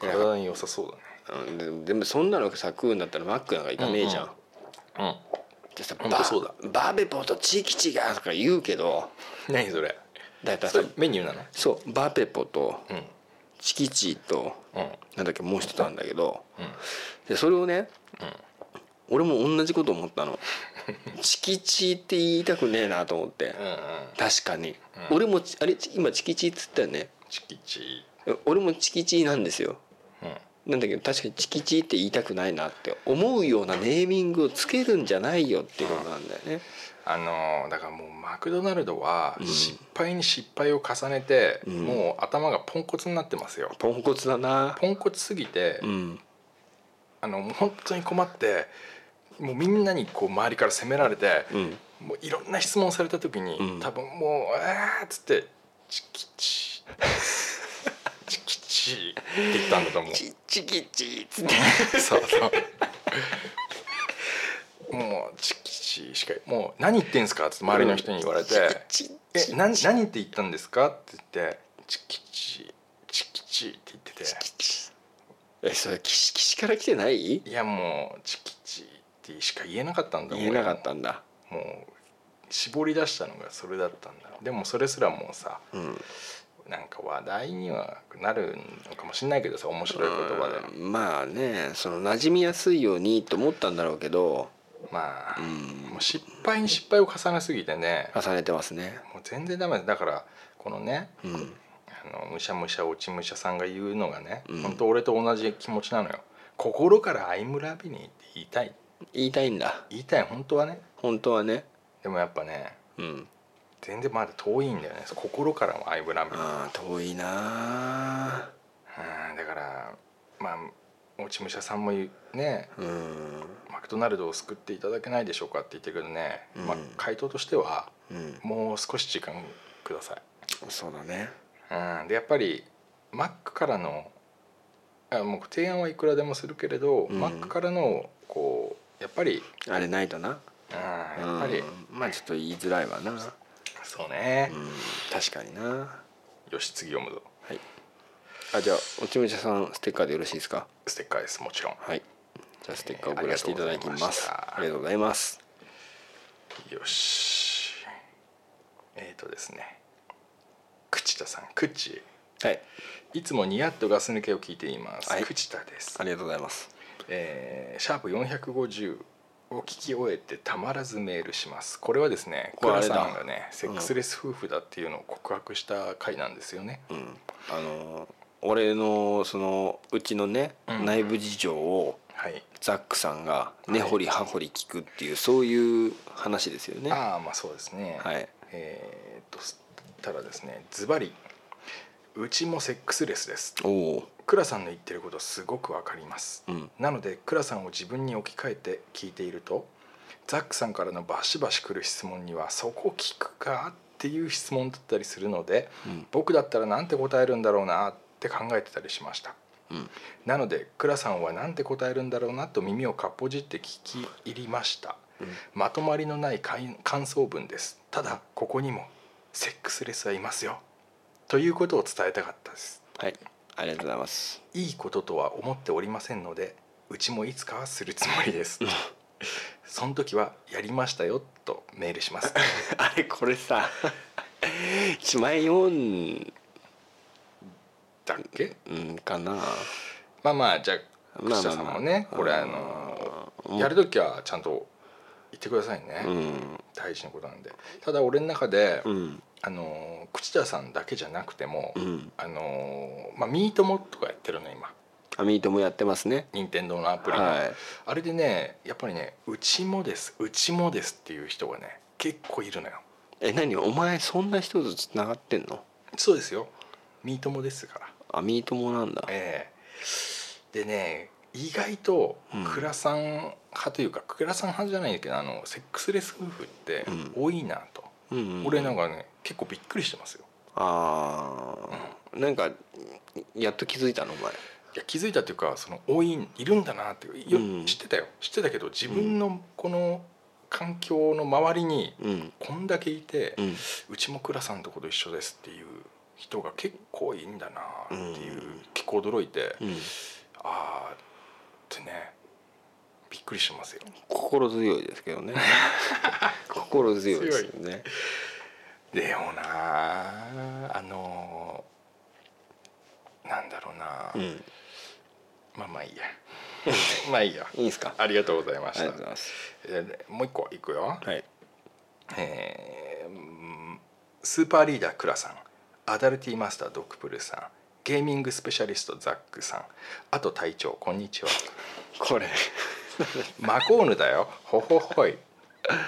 ていう体に良さそう
うんででもそんなのさ食うんだったらマックなんか行かねえじゃん、
うんだね
でさ
ほんと
バ
そうだ
バーベポとチーキチがとか言うけど
うん何それ
だいたい
そ
さ
れメニューなの
そうバーベポと
うん
チキチと
うん
なんだっけもう一つなんだけど
うん
でそれをね
うん
俺も同じこと思ったの チキチって言いたくねえなと思って
うんうん
確かに
うん
俺もちあれち今チキチっつったよね
チキチ
俺もチキチなんですよ
うん
なんだけど確かにチキチって言いたくないなって思うようなネーミングをつけるんじゃないよっていうことなんだよね
あのーだからもうマクドナルドは
うん
失敗に失敗を重ねて、
うん
もう頭がポンコツになってますよ
ポンコツだな
ポンコツすぎて、
うん
あのもう本当に困ってもうみんなにこう周りから責められて、
うん
もういろんな質問された時に、
うん
多分もう「えーっつって「チキチ」 「チキチ」って言ったんだと思う。
チチキチっつって
そうそうもうチキチしかもう何言ってんすかって周りの人に言われて「
チキ
え何何って言ったんですか?」って言って「チキチチキチ」って言ってて
えそれ岸岸から来てない
いやもう「チキチ」ってしか言えなかったんだ
言えなかったんだ
俺ももう絞り出したのがそれだったんだでもそれすらもうさ
うん
なんか話題にはなるのかもしれないけどさ面白い言葉で
うんまあねその馴染みやすいようにと思ったんだろうけど
まあ
うん
もう失敗に失敗を重ねすぎてね
重ねてますね
もう全然ダメだだからこのね
うん
あのむしゃむしゃ落ちむしゃさんが言うのがね、
うん
本当俺と同じ気持ちなのよ心から「アイムラビニー」って言いたい
言いたいんだ
言いたい本当はね
本当はね
でもやっぱね
うん
全然まだ遠いんだよね心からのアイムラビニー
ああ遠いな
うんだからまあ落ち武者さんも言うね
ーうん
マクドナルドを救っていただけないでしょうかって言ってるけどね、
うん
まあ、回答としては
うん
もう少し時間ください
そうだね
うん、でやっぱりマックからのあもう提案はいくらでもするけれど、
うん
マックからのこうやっぱり、
あれないとな
うん、やっぱり、
うんまあちょっと言いづらいわなうん
そうね、
確かにな
よし次読むぞ
はいあじゃあおちむちゃさんステッカーでよろしいですか
ステッカーですもちろん
はいじゃあステッカーを送らせていただきます
えー
あ
あ
り
り
がとうございます
よしえっ、ー、とですね口田さん口
はい
いつもニヤッとガス抜けを聞いています、
はい
口田です
ありがとうございます
えーシャープ450を聞き終えてたまらずメールしますこれはですね
これあ
倉
れだ
さんがねセックスレス夫婦だっていうのを告白した回なんですよね、
うん、あの俺のそのうちのね、
うん
内部事情を
はい
ザックさんが根掘り葉掘り聞くっていうそういう話ですよね。は
ああまあそうですね
い、
えーっとそしたらですねズバリうちもセックスレスです
おお、
倉さんの言ってることすごくわかります、
うん、
なので倉さんを自分に置き換えて聞いているとザックさんからのバシバシ来る質問には「そこ聞くか?」っていう質問だったりするので、
うん
僕だったらなんて答えるんだろうなって考えてたりしました
うん、
なので倉さんはなんて答えるんだろうなと耳をかっぽじって聞き入りました、
うん
まとまりのない感感想文ですただここにも「セックスレスはいますよ」ということを伝えたかったです
はい、ありがとうございます。
いいこととは思っておりませんのでうちもいつかはするつもりですその時はやりましたよとメールします
あれこれさ、一枚読ん、
だっけ
うん、かな。
まあまあじゃあ
まあまあまあ
串田さんもねこれあのやる時はちゃんと言ってくださいね、
うん、
大事なことなんでただ俺の中で、
うん、
あの口田さんだけじゃなくても、
うん。
あのまあミートモとかやってるの今
アミートもやってますね。
任天堂のアプリの、
は
あれでねやっぱりね「うちもですうちもです」っていう人がね結構いるのよ
い。え、何お前そんな人とつながってんの？
そうですよミートもですから
アミートもなんだ。
ええでね意外と
うん
倉さん派というか、倉さん派じゃないけどあのセックスレス夫婦って
うん
多いなと、
うん、うん、
俺なんかね結構びっくりしてますよ
あーなんかやっと気づいたのお前
いや気づいたっていうかその多いいるんだなっていうよ
うん
知ってたよ知ってたけど自分のこの環境の周りに
うん
こんだけいて、
うん
うちも倉さんとこと一緒ですっていう人が結構いいんだなっていう、
うん
結構驚いて、
うん
ああってねびっくりしますよ
心強いですけど ね心強いですよね
でもなあのなんだろうな、
うん
まあまあいいや まあいいや
いいんすかあ
ありがとうございまし
りがとう
た
ございます
えーもう一個いくよ、
はい
えーうんスーパーリーダークラさんアダルティマスタードックプルさんゲーミングスペシャリストザックさんあと隊長こんにちは
これ
マコーヌだよほほほい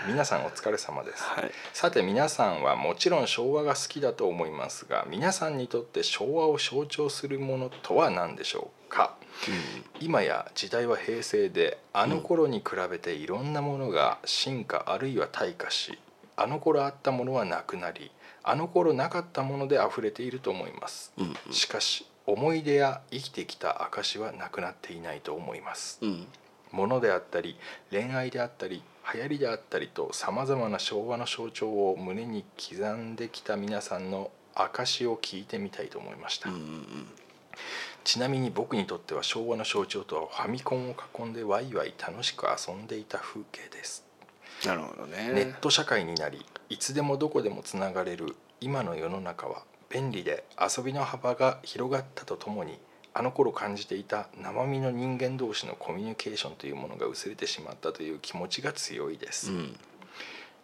皆さんお疲れ様です、
はい
さて皆さんはもちろん昭和が好きだと思いますが皆さんにとって昭和を象徴するものとは何でしょうか、今や時代は平成であの頃に比べていろんなものが進化あるいは退化しあの頃あったものはなくなりあの頃なかったもので溢れていると思います、
うん
しかし思い出や生きてきた証はなくなっていないと思います
うん
物であったり恋愛であったり流行りであったりとさまざまな昭和の象徴を胸に刻んできた皆さんの証を聞いてみたいと思いました、
うんうん
ちなみに僕にとっては昭和の象徴とはファミコンを囲んでワイワイ楽しく遊んでいた風景です
なるほどね
ネット社会になりいつでもどこでもつながれる今の世の中は便利で遊びの幅が広がったとともにあの頃感じていた生身の人間同士のコミュニケーションというものが薄れてしまったという気持ちが強いです、
うん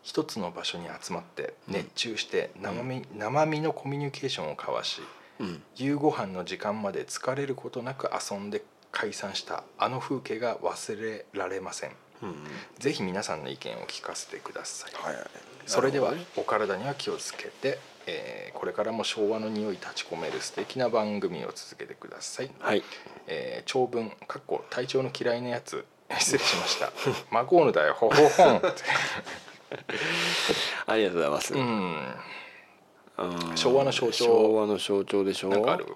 一つの場所に集まって
うん
熱中して生身,、生身のコミュニケーションを交わし
うん
夕ご飯の時間まで疲れることなく遊んで解散したあの風景が忘れられません
うん
ぜひ皆さんの意見を聞かせてください
はいはい
それでは
なるほどね
お体には気をつけて、えーこれからも昭和の匂い立ち込める素敵な番組を続けてください、
はい
えー長文かっこ体調の嫌いなやつ 失礼しま したマコーヌだよほほほ ん
ありがとうございます
うん
うん
昭和の象徴
昭和の象徴でしょ
なんかある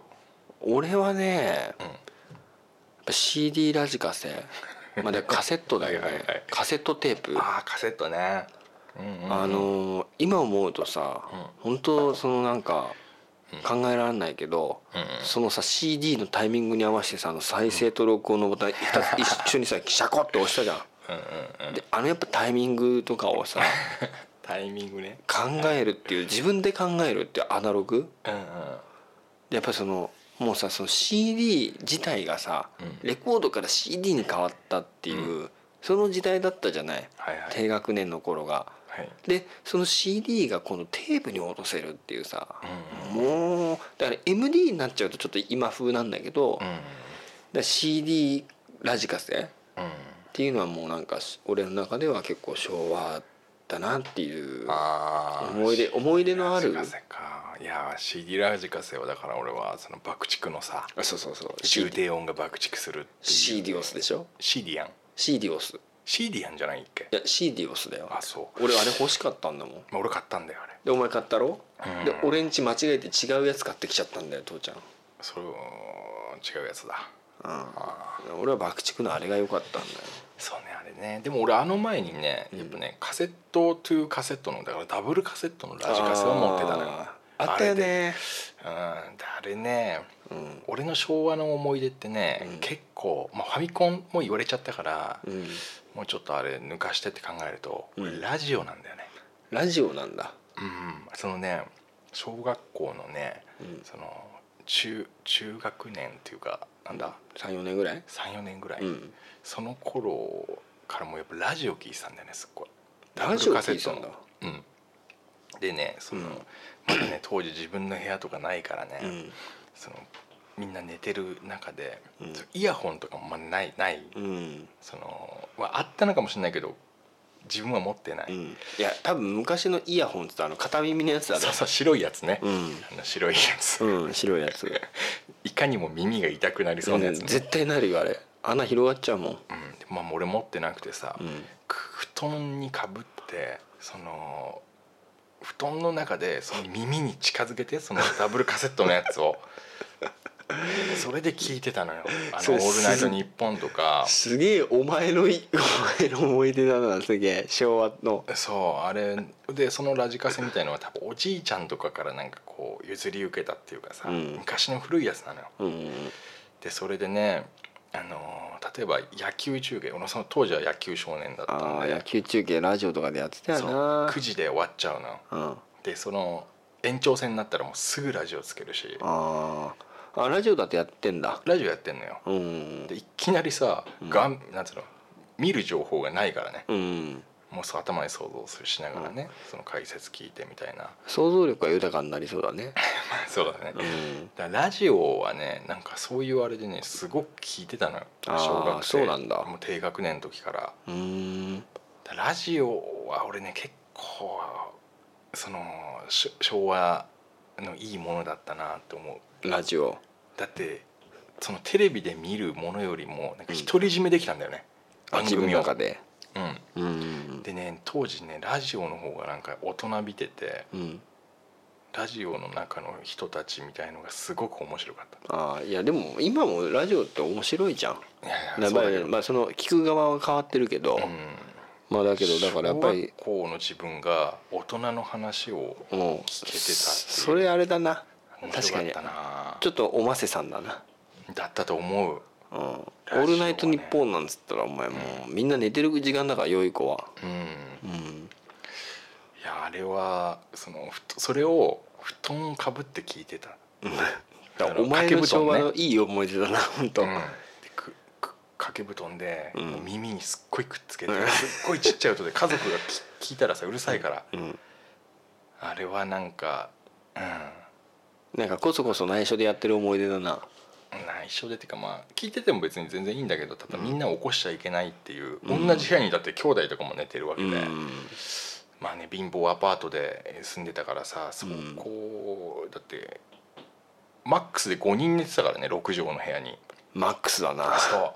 俺はね、
ん
やっぱ CD ラジカセ まあでカセットだよね
はいはいはい
カセットテープ
ああカセットねうんうん
あのー今思うとさ、本当そのなんか考えられないけど、
うんうん
そのさ CD のタイミングに合わせてさあの再生と録音 のボタン2つ一緒にさシャコッと押したじゃん。であのやっぱタイミングとかをさ
タイミングね
考えるっていう自分で考えるってアナログ
うんうん
やっぱりそのもうさその CD 自体がさ、
うん
レコードから CD に変わったっていう、その時代だったじゃない、
はいはい
低学年の頃が。
はい
でその CD がこのテープに落とせるっていうさ、
う
もうだから MD になっちゃうとちょっと今風なんだけど、
うん
だから CD ラジカセ
うん
っていうのはもうなんかし俺の中では結構昭和だなっていう
ああ
思い出思い出のある
ラジカセかいやー CD ラジカセはだから俺はその爆竹のさ
あそうそうそう
重低音が爆竹するっていう
C ディオスでしょ
C ディアン
C ディオス
C ディアンじゃないっけ
いや C ディオスだよ
あそう
俺あれ欲しかったんだもん
まあ俺買ったんだよあれ
でお前買ったろ、
うん
で俺んち間違えて違うやつ買ってきちゃったんだよ父ちゃん
それを違うやつだ
俺は爆竹のあれが良かったんだよ
そうねあれねでも俺あの前にねやっぱねカセットトゥーカセットのだからダブルカセットのラジカセを持ってたのよ
あーあったよね
うん、であれね
うん
俺の昭和の思い出ってね、
うん
結構、まあ、ファミコンも言われちゃったから、
うん
もうちょっとあれ抜かしてって考えると、
うん
ラジオなんだよね、
ラジオなんだ
うん、そのね小学校のね、
うん
その中中学年っていうかなんだ
34年ぐらい
34年ぐらい、
うん
その頃からもうやっぱラジオ聞いてたんだよねすっごい
ラジオ聞いてたんだ
ダブルカセットのうんでねその、
うん
まだね当時自分の部屋とかないからね、
うん
そのみんな寝てる中で、
うん
そのイヤホンとかもまあないない、
うん
そのはあったのかもしれないけど自分は持ってない、
うんいや多分昔のイヤホンってさあの片耳のやつだね
そうそう白いやつね、
うん
あの白いやつ、
うん白いやつ
いかにも耳が痛くなり そうなやつ、ね
うん絶対なるよあれ穴広がっちゃうもん
うんでまあ俺持ってなくてさ、
うん
く布団にかぶってその布団の中でその耳に近づけてそのダブルカセットのやつ をそれで聞いてたのよ「あ
そ
のオ
れ
ールナイトニッポン」とか
すげえお前のいお前の思い出だなすげえ昭和の
そうあれでそのラジカセみたいのは多分おじいちゃんとかからなんかこう譲り受けたっていうかさ、
うん
昔の古いやつなのよ
うん
でそれでねあのー例えば野球中継俺その当時は野球少年だった
あ
ん
あ野
で
球中継ラジオとかでやってたよ
そう
な
9時で終わっちゃうのよ
うんあ
でその延長戦になったらもうすぐラジオつけるし
ーあラジオだってやってんだ
ラジオやってんのよ
うん
でいきなりさ、がん、なんつうの見る情報がないからね
うん
もうそう頭に想像しながらね、その解説聞いてみたいな
想像力が豊かになりそうだね
そうだね、
うん
だからラジオはねなんかそういうあれでねすごく聞いてたのよ
あー
小学生
そうなんだ
もう低学年の時から
うーん
だからラジオは俺ね結構そのし昭和のいいものだったなと思う
ラジオ
だってそのテレビで見るものよりもなんか独り占めできたんだよね、
あ
番
自分
組
の
を
中で
うん、
うん
でね当時ねラジオの方がなんか大人びてて
うん
ラジオの中の人たちみたいのがすごく面白かっ
ああいやでも今もラジオって面白いじゃん
たいやい
ま
やそ
あ
うだけど、
まあその聞く側は変わってるけど、
うん
まあだけどだからやっぱり
小学校の自分が大人の話を
もう
聞けてたっていう
それあれだな
面
確
白
か
かっ
に
たな
ちょっとおませさんだな
だったと思う
「う
ジオ
んオ
はね
ールナイトニッポン」なんつったらお前もうみんな寝てる時間だから良い子は
うん
うん
いやあれはそのふとそれを布団をかぶって聞いてた
だか
あ
らお
掛
前の
け布団
昭和
ね
のいい思い出だな 本当、
うんでくく掛け布団で、
ん
もう耳にすっごいくっつけてすっごいちっちゃい音で家族が き聞いたらさうるさいから、
うん
あれはなんか、うん、
なんかこそこそ内緒でやってる思い出だな
内緒でっていうかまあ聞いてても別に全然いいんだけどただみんなを起こしちゃいけないっていう、同じ部屋にだって兄弟とかも寝てるわけ
う
で、
ん
まあね貧乏アパートで住んでたからさそこ、だってマックスで5人寝てたからね6畳の部屋に。
マックスだな
そう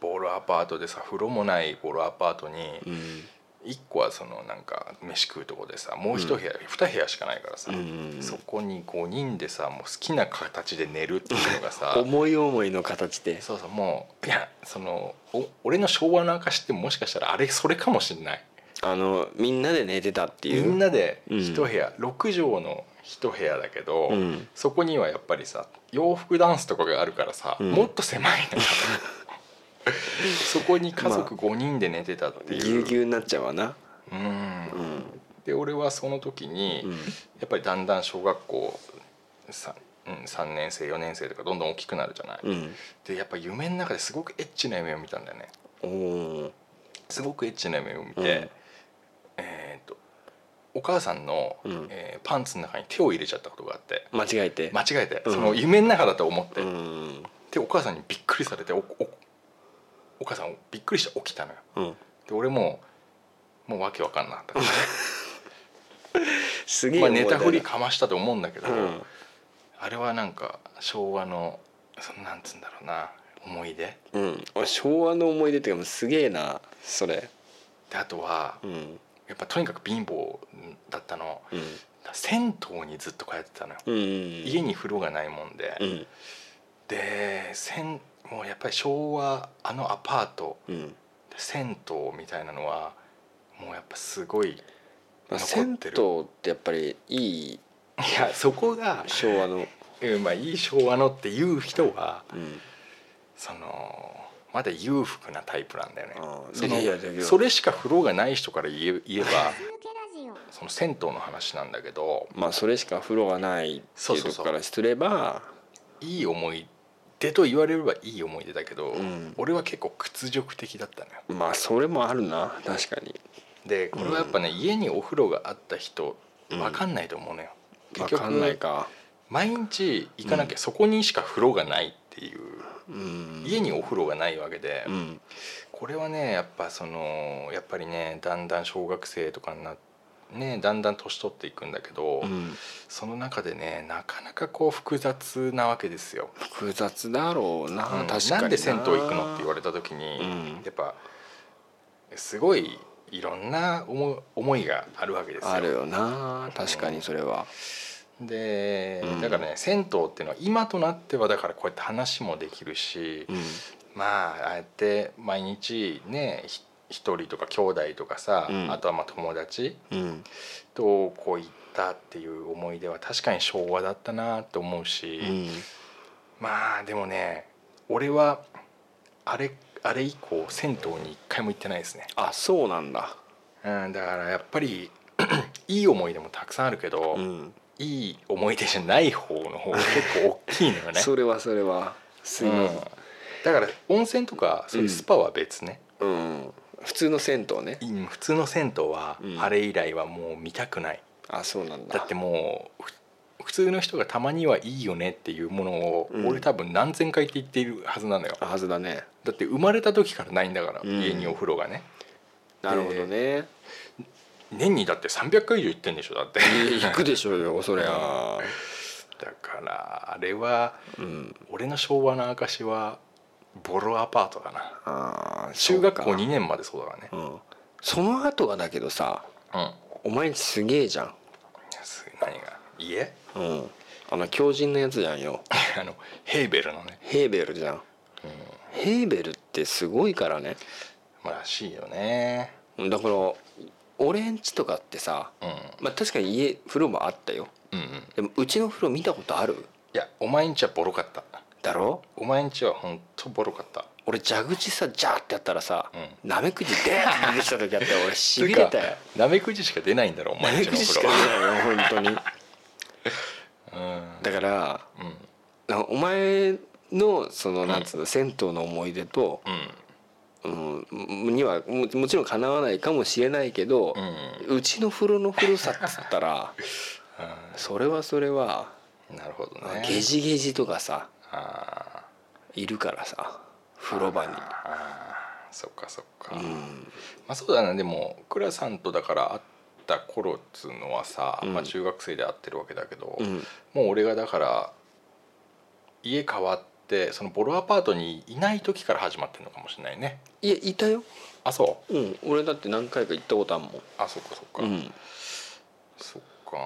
ボロアパートでさ風呂もないボロアパートに、
うん
1個はそのなんか飯食うとこでさもう1部屋、2部屋しかないからさ、
うん
そこに5人でさもう好きな形で寝るっていうのが さ
思い思いの形で
そうそうもういやそのお俺の昭和の証ってもしかしたらあれそれかもしんない
あのみんなで寝てたって
み
いうん
なで
うん
1部屋、6畳の1部屋だけど、
うん
そこにはやっぱりさ洋服ダンスとかがあるからさ、
うん
もっと狭い のよそこに家族5人で寝てたって
ぎ
いう
ゅうぎゅうになっちゃうわな
うん
うん
で俺はその時に、
うん
やっぱりだんだん小学校 3,、うん、3年生4年生とかどんどん大きくなるじゃない、
うん
でやっぱ夢の中ですごくエッチな夢を見たんだよね
おー
すごくエッチな夢を見て、
うん
えーっとお母さんの、
うん
えーパンツの中に手を入れちゃったことがあって
間違えて
間違えて、
うん
その夢の中だと思って、
うん
でお母さんにびっくりされておおお母さんびっくりして起きたのよ
うん
で俺ももうわけわかんなかった
すげえ
ま
思
あ、
い出
ネ
だ
タ振りかましたと思うんだけど、
うん
あれはなんか昭和のそのなんつうんだろうな思い出
うん、俺昭和の思い出っていうかすげえなそれ
であとは
うん
やっぱとにかく貧乏だったの
うん
銭湯にずっと通ってたのよ、
うん
家に風呂がないもんで、
うん
で銭もうやっぱり昭和あのアパート
うん、
銭湯みたいなのはもうやっぱすごいい
まあ、
残っ
銭
て
湯
る
ってやっぱりいい
やそこが、
昭和の、
うんまあ、いい昭和のっていう人は
うん、
そのまだ裕福なタイプなんだよね
あー
その
いやいやいや
それしか風呂がない人から言え言えば
抜けラジオ
その銭湯の話なんだけど
まあそれしか風呂がないって
そう
いう
そう
と
そ
こ
う
からすれば
いい思い出と言われればいい思い出だけど、
ん
俺は結構屈辱的だったのよ
まあそれもあるな確かに
でこれはやっぱね、家にお風呂があった人分かんないと思うのよ、
分
結
かんない
局
か
毎日行かなきゃそこにしか風呂がないっていう、
うん
家にお風呂がないわけで、
うん
これはねやっぱそのやっぱりねだんだん小学生とかになねだんだん年取っていくんだけど、
うん
その中でねなかなかこう複雑なわけですよ。
複雑だろうな、
うん
確かに
なんで銭湯行くのって言わ
れ
れた時に、
うん
やっぱすごいいろんな思い思いがあるわけですよ
あるよな確かにそれは、
で
うん
だからね、銭湯っていうのは今となってはだからこうやって話もできるし、
うん
まあああやって毎日ねひ一人とか兄弟とかさ、
うん
あとはまあ友達
うん
とこう行ったっていう思い出は確かに昭和だったなと思うし、
うん
まあでもね俺はあれあれ以降銭湯に一回も行ってないですね、
あそうなんだ
うん、だからやっぱり いい思い出もたくさんあるけど、
うん
いい思い出じゃない方の方が結構大きいの よね
それはそれはす
う
ごい
ん、だから温泉とかそういうスパは別ね、
うん普通の銭湯ね
うん普通の銭湯は
うん
あれ以来はもう見たくない、
あそうなんだ
だってもうふ普通の人がたまにはいいよねっていうものを
うん
俺多分何千回って言っているはずなのよ、
はずだね
だって生まれた時からないんだから、
うん
家にお風呂がね
なるほどね
年にだって300回以上行ってんでしょだって
行くでしょうよそりゃ
だからあれは
うん
俺の昭和の証はボロアパートだな
あー
中学校
そうか
2年までそうだからね
うんその後はだけどさ
うん
お前んちすげえじゃん
す何が家
うんあの狂人のやつじゃんよ
あのヘーベルのね、
ヘーベルじゃん
うん、
ヘーベルってすごいからね
まあらしいよね
だから俺んちとかってさ
うん
まあ確かに家風呂もあったよ
うんうんい
でもうちの風呂見たことある
やお前んちはボロかった
だろ
お前んちはほんとボロかった
俺蛇口さジャーってやったらさ、
う
なめくじでーって出てきた時あって俺しびれた
つう
よ
かなめくじしか出ないんだろお
な
前ん
め
ちの
くじし
風
か
呂
出ないよ本当に
うん
だから
うん
なお前のそのなんつうの、銭湯の思い出と、
うん
うん、にはももちろんかなわないかもしれないけど
う、ん
うちの風呂の古さっつったら それはそれは、
うんなるほどね
ゲジゲジとかさ
あ
いるからさ風呂場に
ーあーそっかそっか、
う
ま
ん
あそうだなでも倉さんとだから会った頃っつうのはさ、
うん
まあ、中学生で会ってるわけだけど、
うん
もう俺がだから家変わってそのボロアパートにいない時から始まってるのかもしれないね
いやいたよ、
あそう
うん、俺だって何回か行ったことあるもん
あそっかそっか、
うん
そっか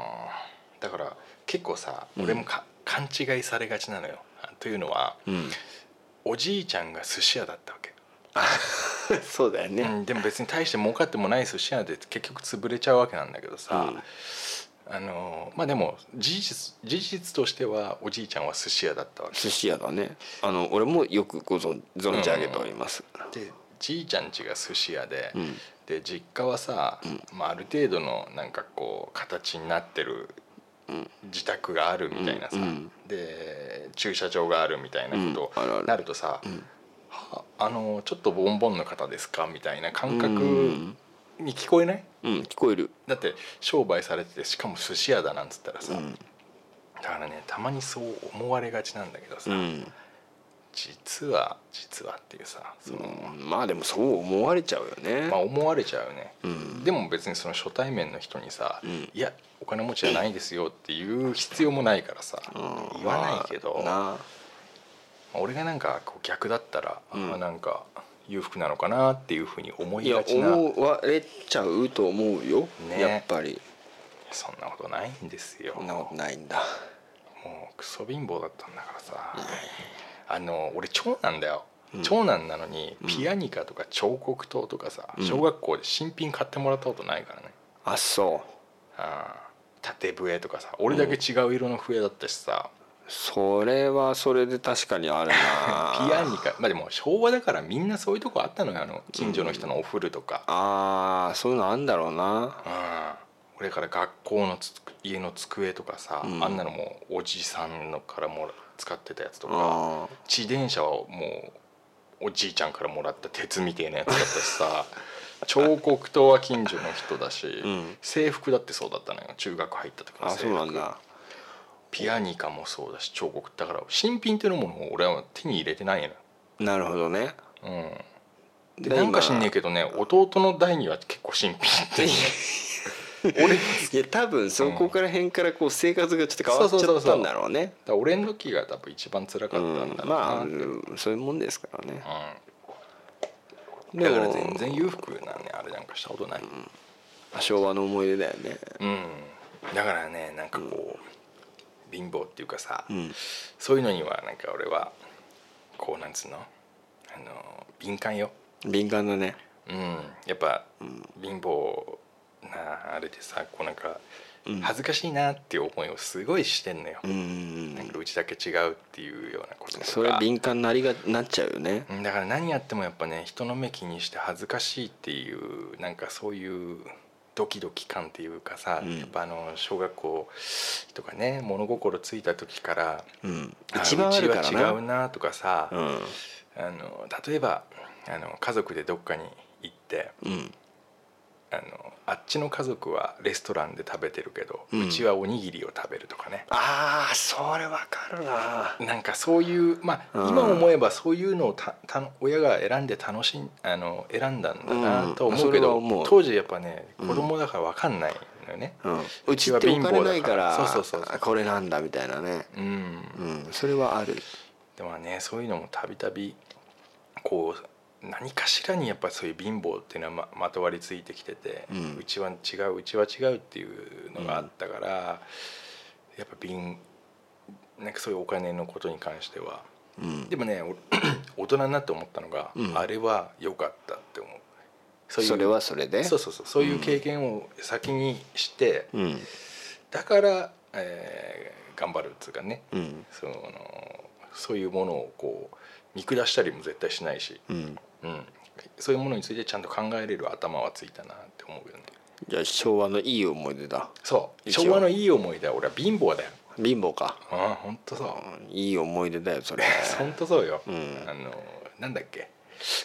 だから結構さ
うん
俺もか、勘違いされがちなのよというのは
うん、
おじいちゃんが寿司屋だったわけ、
そうだよね、
うん、でも別に大して儲かってもない寿司屋で結局潰れちゃうわけなんだけどさ、あのまあでも事実事実としてはおじいちゃんは寿司屋だったわけ
寿司屋だねあの俺もよくご存存じ上げております、
でじいちゃん家が寿司屋で、
うん
で実家はさ、まあ、ある程度のなんかこう形になってる自宅があるみたいなさ、
うんうん
で駐車場があるみたいなこ
うんあるあ
と
る
になるとさ、はあのちょっとボンボンの方ですかみたいな感
う
覚
ん
に聞こえない
うん、聞こえる
だって商売されててしかも寿司屋だなんつったらさ、
うん
だからねたまにそう思われがちなんだけどさ、
うん、
実は実はっていうさその、
うんまあでもそう思われちゃうよね、
まあ、思われちゃうね、
ん
でも別にその初対面の人にさ「
ん
いやお金持ちじゃないですよ」っていう必要もないからさ、
うん
言わないけど、
まあな
俺がなんかこう逆だったら、
ん
あなんか裕福なのかなっていうふうに思
い
い
や
がちな
思われちゃうと思うよ、
ね
やっぱり
そんなことないんですよ
そんなことないんだ
もうクソ貧乏だったんだからさあの俺長男だよ、長男なのにピアニカとか彫刻刀とかさ、
うん
小学校で新品買ってもらったことないからね、
あそ
あー縦笛とかさ俺だけ違う色の笛だったしさ、
うそれはそれで確かに あるな
ピアニカまあでも昭和だからみんなそういうとこあったのよあの近所の人のお風呂とか、
あーそういうのあんだろうな
うん俺から学校のつ家の机とかさ、
うん
あんなのもうおじさんのからもら使ってたやつとか
あー
自転車はもうおじいちゃんからもらった鉄みてえなやつだったし さ彫刻刀は近所の人だし、
ん
制服だってそうだったのよ中学入った時の
あ
制服
そうなんだ
ピアニカもそうだし彫刻だから新品っていうものを俺は手に入れてないのよ、
なるほどね
うん、で
で
なんか知んねえ
今
けどね弟の代には結構新品って俺だか
いや多分そこから辺からこう生活がちょっと変わっちゃったんだろうね
ら俺の時が多分一番辛か
う
ったんだろう
ん
な
まあ
うん
そういうもんですからねで
だから
も
全然裕福なねあれなんかしたことない、
昭和の思い出だよね
うん、だからねなんかこう貧乏っていうかさ、
うん
そういうのにはなんか俺はこうなんつうのあの敏感よ、
敏感だね
うん、やっぱ、貧乏なあれでさこうなんか恥ずかしいなっていう思いをすごいしてんのよ、
うんうんう
なん
ん
かうちだけ違うっていうようなこととか
それは敏感になりがなっちゃうよね
うんだから何やってもやっぱね人の目気にして恥ずかしいっていうなんかそういうドキドキ感っていうかさ、
うん
やっぱあの小学校とかね物心ついた時から
うん
あ
一番あるか
う
ら
ちは違う
な
なとかさ、
うん
あの例えばあの家族でどっかに行って
うん
あのあっちの家族はレストランで食べてるけど、
う
うんちはおにぎりを食べるとかね
ああそれわかるな
なんかそういうまあ、
うん
今思えばそういうのをたたの親が選んで楽しんあの選んだんだ
うん
なと思うけ
それは
ど、
思う
当時やっぱね
うん
子供だから分かんないのよね。
うんう
う
ち
ち
っ
は
てお
貧乏だから
金ないから
そうそうそうそう
あこれなんだみたいなね
うん
うんそれはある
でもねそういうのもたびたびこう何かしらにやっぱそういう貧乏っていうのはままとわりついてきてて、
うん
ちは違ううちは違うっていうのがあったから、やっぱ貧なんかそういうお金のことに関しては
うん
でもねお 大人になって思ったのが、
うん
あれは良かったって思うそ
それはそれで
そうそうそうそういう経験を先にして、
うん
だから、えー頑張るっていうかね
うん
そのそういうものをこう見下したりも絶対しないし、
うん
うん、そういうものについてちゃんと考えれる頭はついたなって思うよね
じゃあ昭和のいい思い出だ
そう
一応
昭和のいい思い出は俺は貧乏だよ
貧乏か
ああ本当そう
うんいい思い出だよ それ
本当そうよ、
うん
あのなんだっけ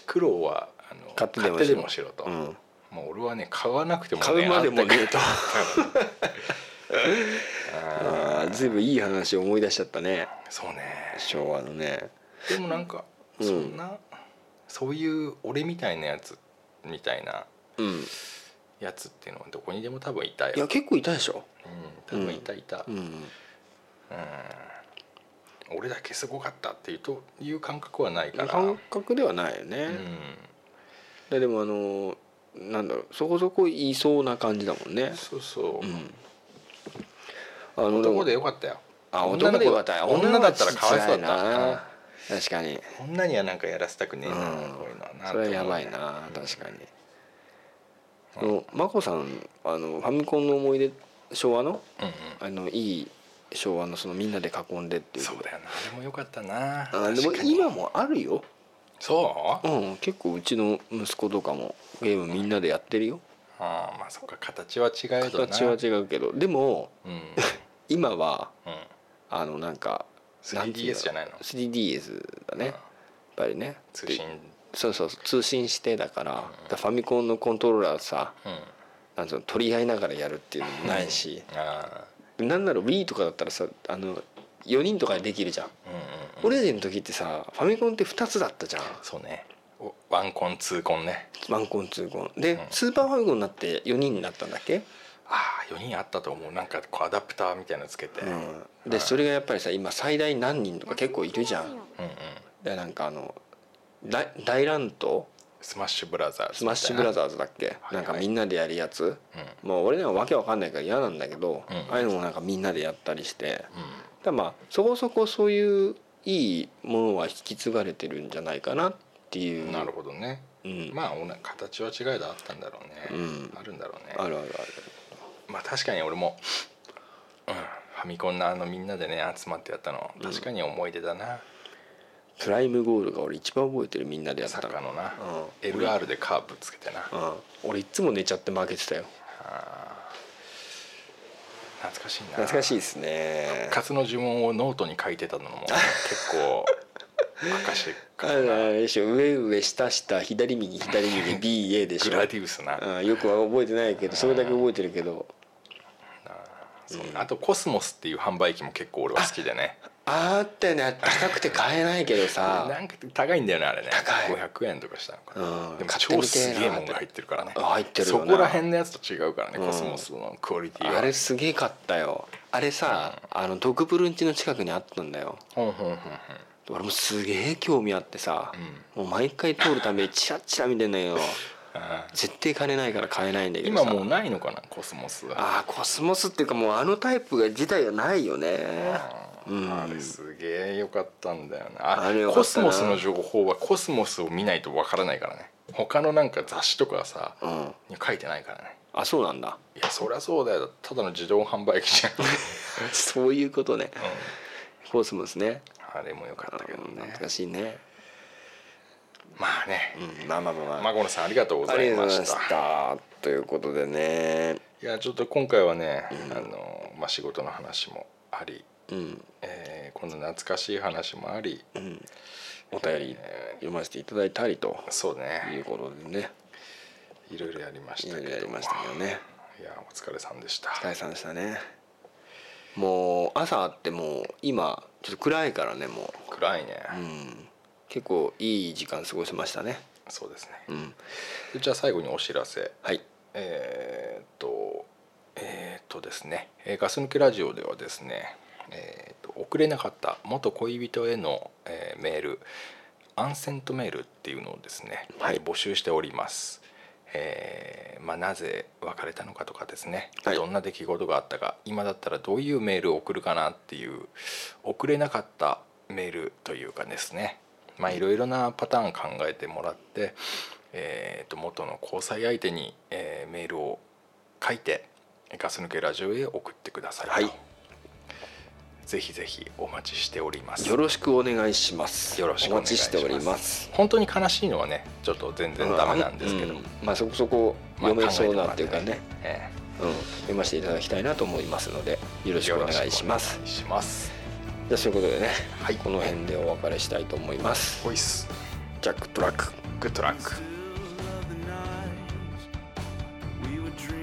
苦労はあの
買ってでも
買しろと、
うん
もう俺はね買わなくても、ね、
買うまでもねえと
あっ
あーずいぶんいい話を思い出しちゃったね
たそう ね
昭和のね
でもなんか、
うん
そんなそういう俺みたいなやつみたいな
うん
やつっていうのはどこにでも多分いたよ
いや結構いたでしょ
うん、多分いたいた、
うん
俺だけすごかったっていうという感覚はないから
感覚ではないよね
うん、
ででもあのなんだろうそこそこいそうな感じだもんね
そうそう、
うんあの
男でよ
も
かったよ
あ男でよかったよ
女だったらかわいそうだった
な
うん
確かに
女にはなんかやらせたくねえな、
うん
こういうのはな
それはやばいな確かにあの眞子さんあのファミコンの思い出昭和の
に、うんうん
あのいい昭和のそのみんなで囲んでっていう
そうだよなでもよかったな
あでも
確かに
今もあるよ、
そう
うん、結構うちの息子とかもゲームみんなでやってるよ
ああまあそっか形は違えどな
形は違うけどでも
うんうん
今はあのなんか
3DS じゃないの
3DS だね、やっぱりね
通信
そうそう通信してだから,、ファミコンのコントローラーさ
うん
なんつうの取り合いながらやるっていうのもないし、
ああ
なんなら Wii とかだったらさあの4人とかでできるじゃん、
うんうんうん
俺たちの時ってさファミコンって2つだったじゃん
そうねおワンコンツーコンね
ワンコンツーコンで、
ん
スーパーファミコンになって4人になったんだっけ、
ああ4人あったと思うなんかこうアダプターみたいなのつけて、うん、うん
うん、でそれがやっぱりさ今最大何人とか結構いるじゃんでなんかあの大大乱闘
スマッシュブラザーズ
スマッシュブラ
ザ
ザーズだっけ、
はい
なんかみんなでやるやつ
ーうん
もう俺なんかわけわかんないから嫌なんだけど、
うん
ああいうのもなんかみんなでやったりして
うん
だまあそこそこそういういいものは引き継がれてるんじゃないかなっていう
なるほどね、
うん
まあおな形は違いだあったんだろうね、
うん
あるんだろうね
あるある
まあ確かに俺も、うん、ファミコンのあのみんなでね集まってやったの確かに思い出だな、
あるプライムゴールが俺一番覚えてるみんなでやっ
サ
た
ッカーのな、
うん
LR でカーブつけてな、あ
うん、俺いつも寝ちゃって負けてたよ
あ懐かしいな
懐かしいですね
カツの呪文をノートに書いてたのも結 構証
あ
かな
のあれでしょ上上下下左右左右 BA でし
グ
ょ
ラディウスな、
うんよくは覚えてないけどそれだけ覚えてるけど
そうあとコスモスっていう販売機も結構俺は好きでね
あったよね高くて買えないけどさ
なんか高いんだよねあれね
高い
500円とかしたのかな、
うん
でも
買って
超
みて
す
えな
げえもんが入ってるからね
あ入ってるよ
そ
な
こら辺のやつと違うからね、
うん
コスモスのクオリティは
あれすげえかったよあれさあのドクブルンチの近くにあったんだよ
ほんほんほんほん
俺もすげえ興味あってさ
う、ん
もう毎回通るためにチラッチラ見てんだ けど
あー
絶対金ないから買えないんだけどさ
今もうないのかなコスモスは
ああコスモスっていうかもうあのタイプが自体がないよね
あ
うん
ーあれすげえよかったんだよな
あれ良か
コ
っ
ス
たな
モスの情報はコスモスを見ないとわからないからね他のなんか雑誌とかさ
うん
に書いてないからね
あそうなんだ
いやそりゃそうだよただの自動販売機じゃん、
そういうことね
う
コスモスね
ん、あれもよかったけど
うん
ね
懐かしいね、
まあね
うん、まあまあまあまあ、
孫野さんありがとうご
あ
ざ
り
い
がとう
ま
ござい
し
ま
た
したということでね
いやちょっと今回はね、あのまあ、仕事の話もあり、
うん
えー、この懐かしい話もあり
うんお便り
え
読ませていただいたりと
ーそう
い
ね
うことでね
いろいろやりまし
い
た
ろ
け
いろ
ど
やりましたけどね
いやお疲れさんでした
お疲れさんでしたねもう朝あってもう今ちょっと暗いからねも
暗いね、
う、うん、結構いい時間過ごせましたね
そうですね
うん
でじゃあ最後にお知らせ
はい
えーっとえーっとですね、えーガス抜けラジオではですね、えーっと送れなかった元恋人への、えーメールアンセントメールっていうのをですね、
はい
募集しております。えーまあ、なぜ別れたのかとかですね、
はい
どんな出来事があったか今だったらどういうメールを送るかなっていう送れなかったメールというかですねまあいろいろなパターン考えてもらって、えー、と元の交際相手に、えーメールを書いてガス抜けラジオへ送ってくださいと、
はい
ぜひぜひお待ちしております
よろしくお願いします
よろしくお
お
願い
待ちしており
しま
ます
本当に悲しいのはねちょっと全然ダメなんですけど、
うまあそこそこ
まあ
読めそうなっていうか
考えてもらって
ね
ねえ
うん、読ませていただきたいなと思いますのでよろ
え
しくお願いします
よろしくお願いします
じゃあそういうことでね、
はい
この辺でお別れしたいと思います
ボイス
ジャックトラック
グッドラック
Still of the night we would dream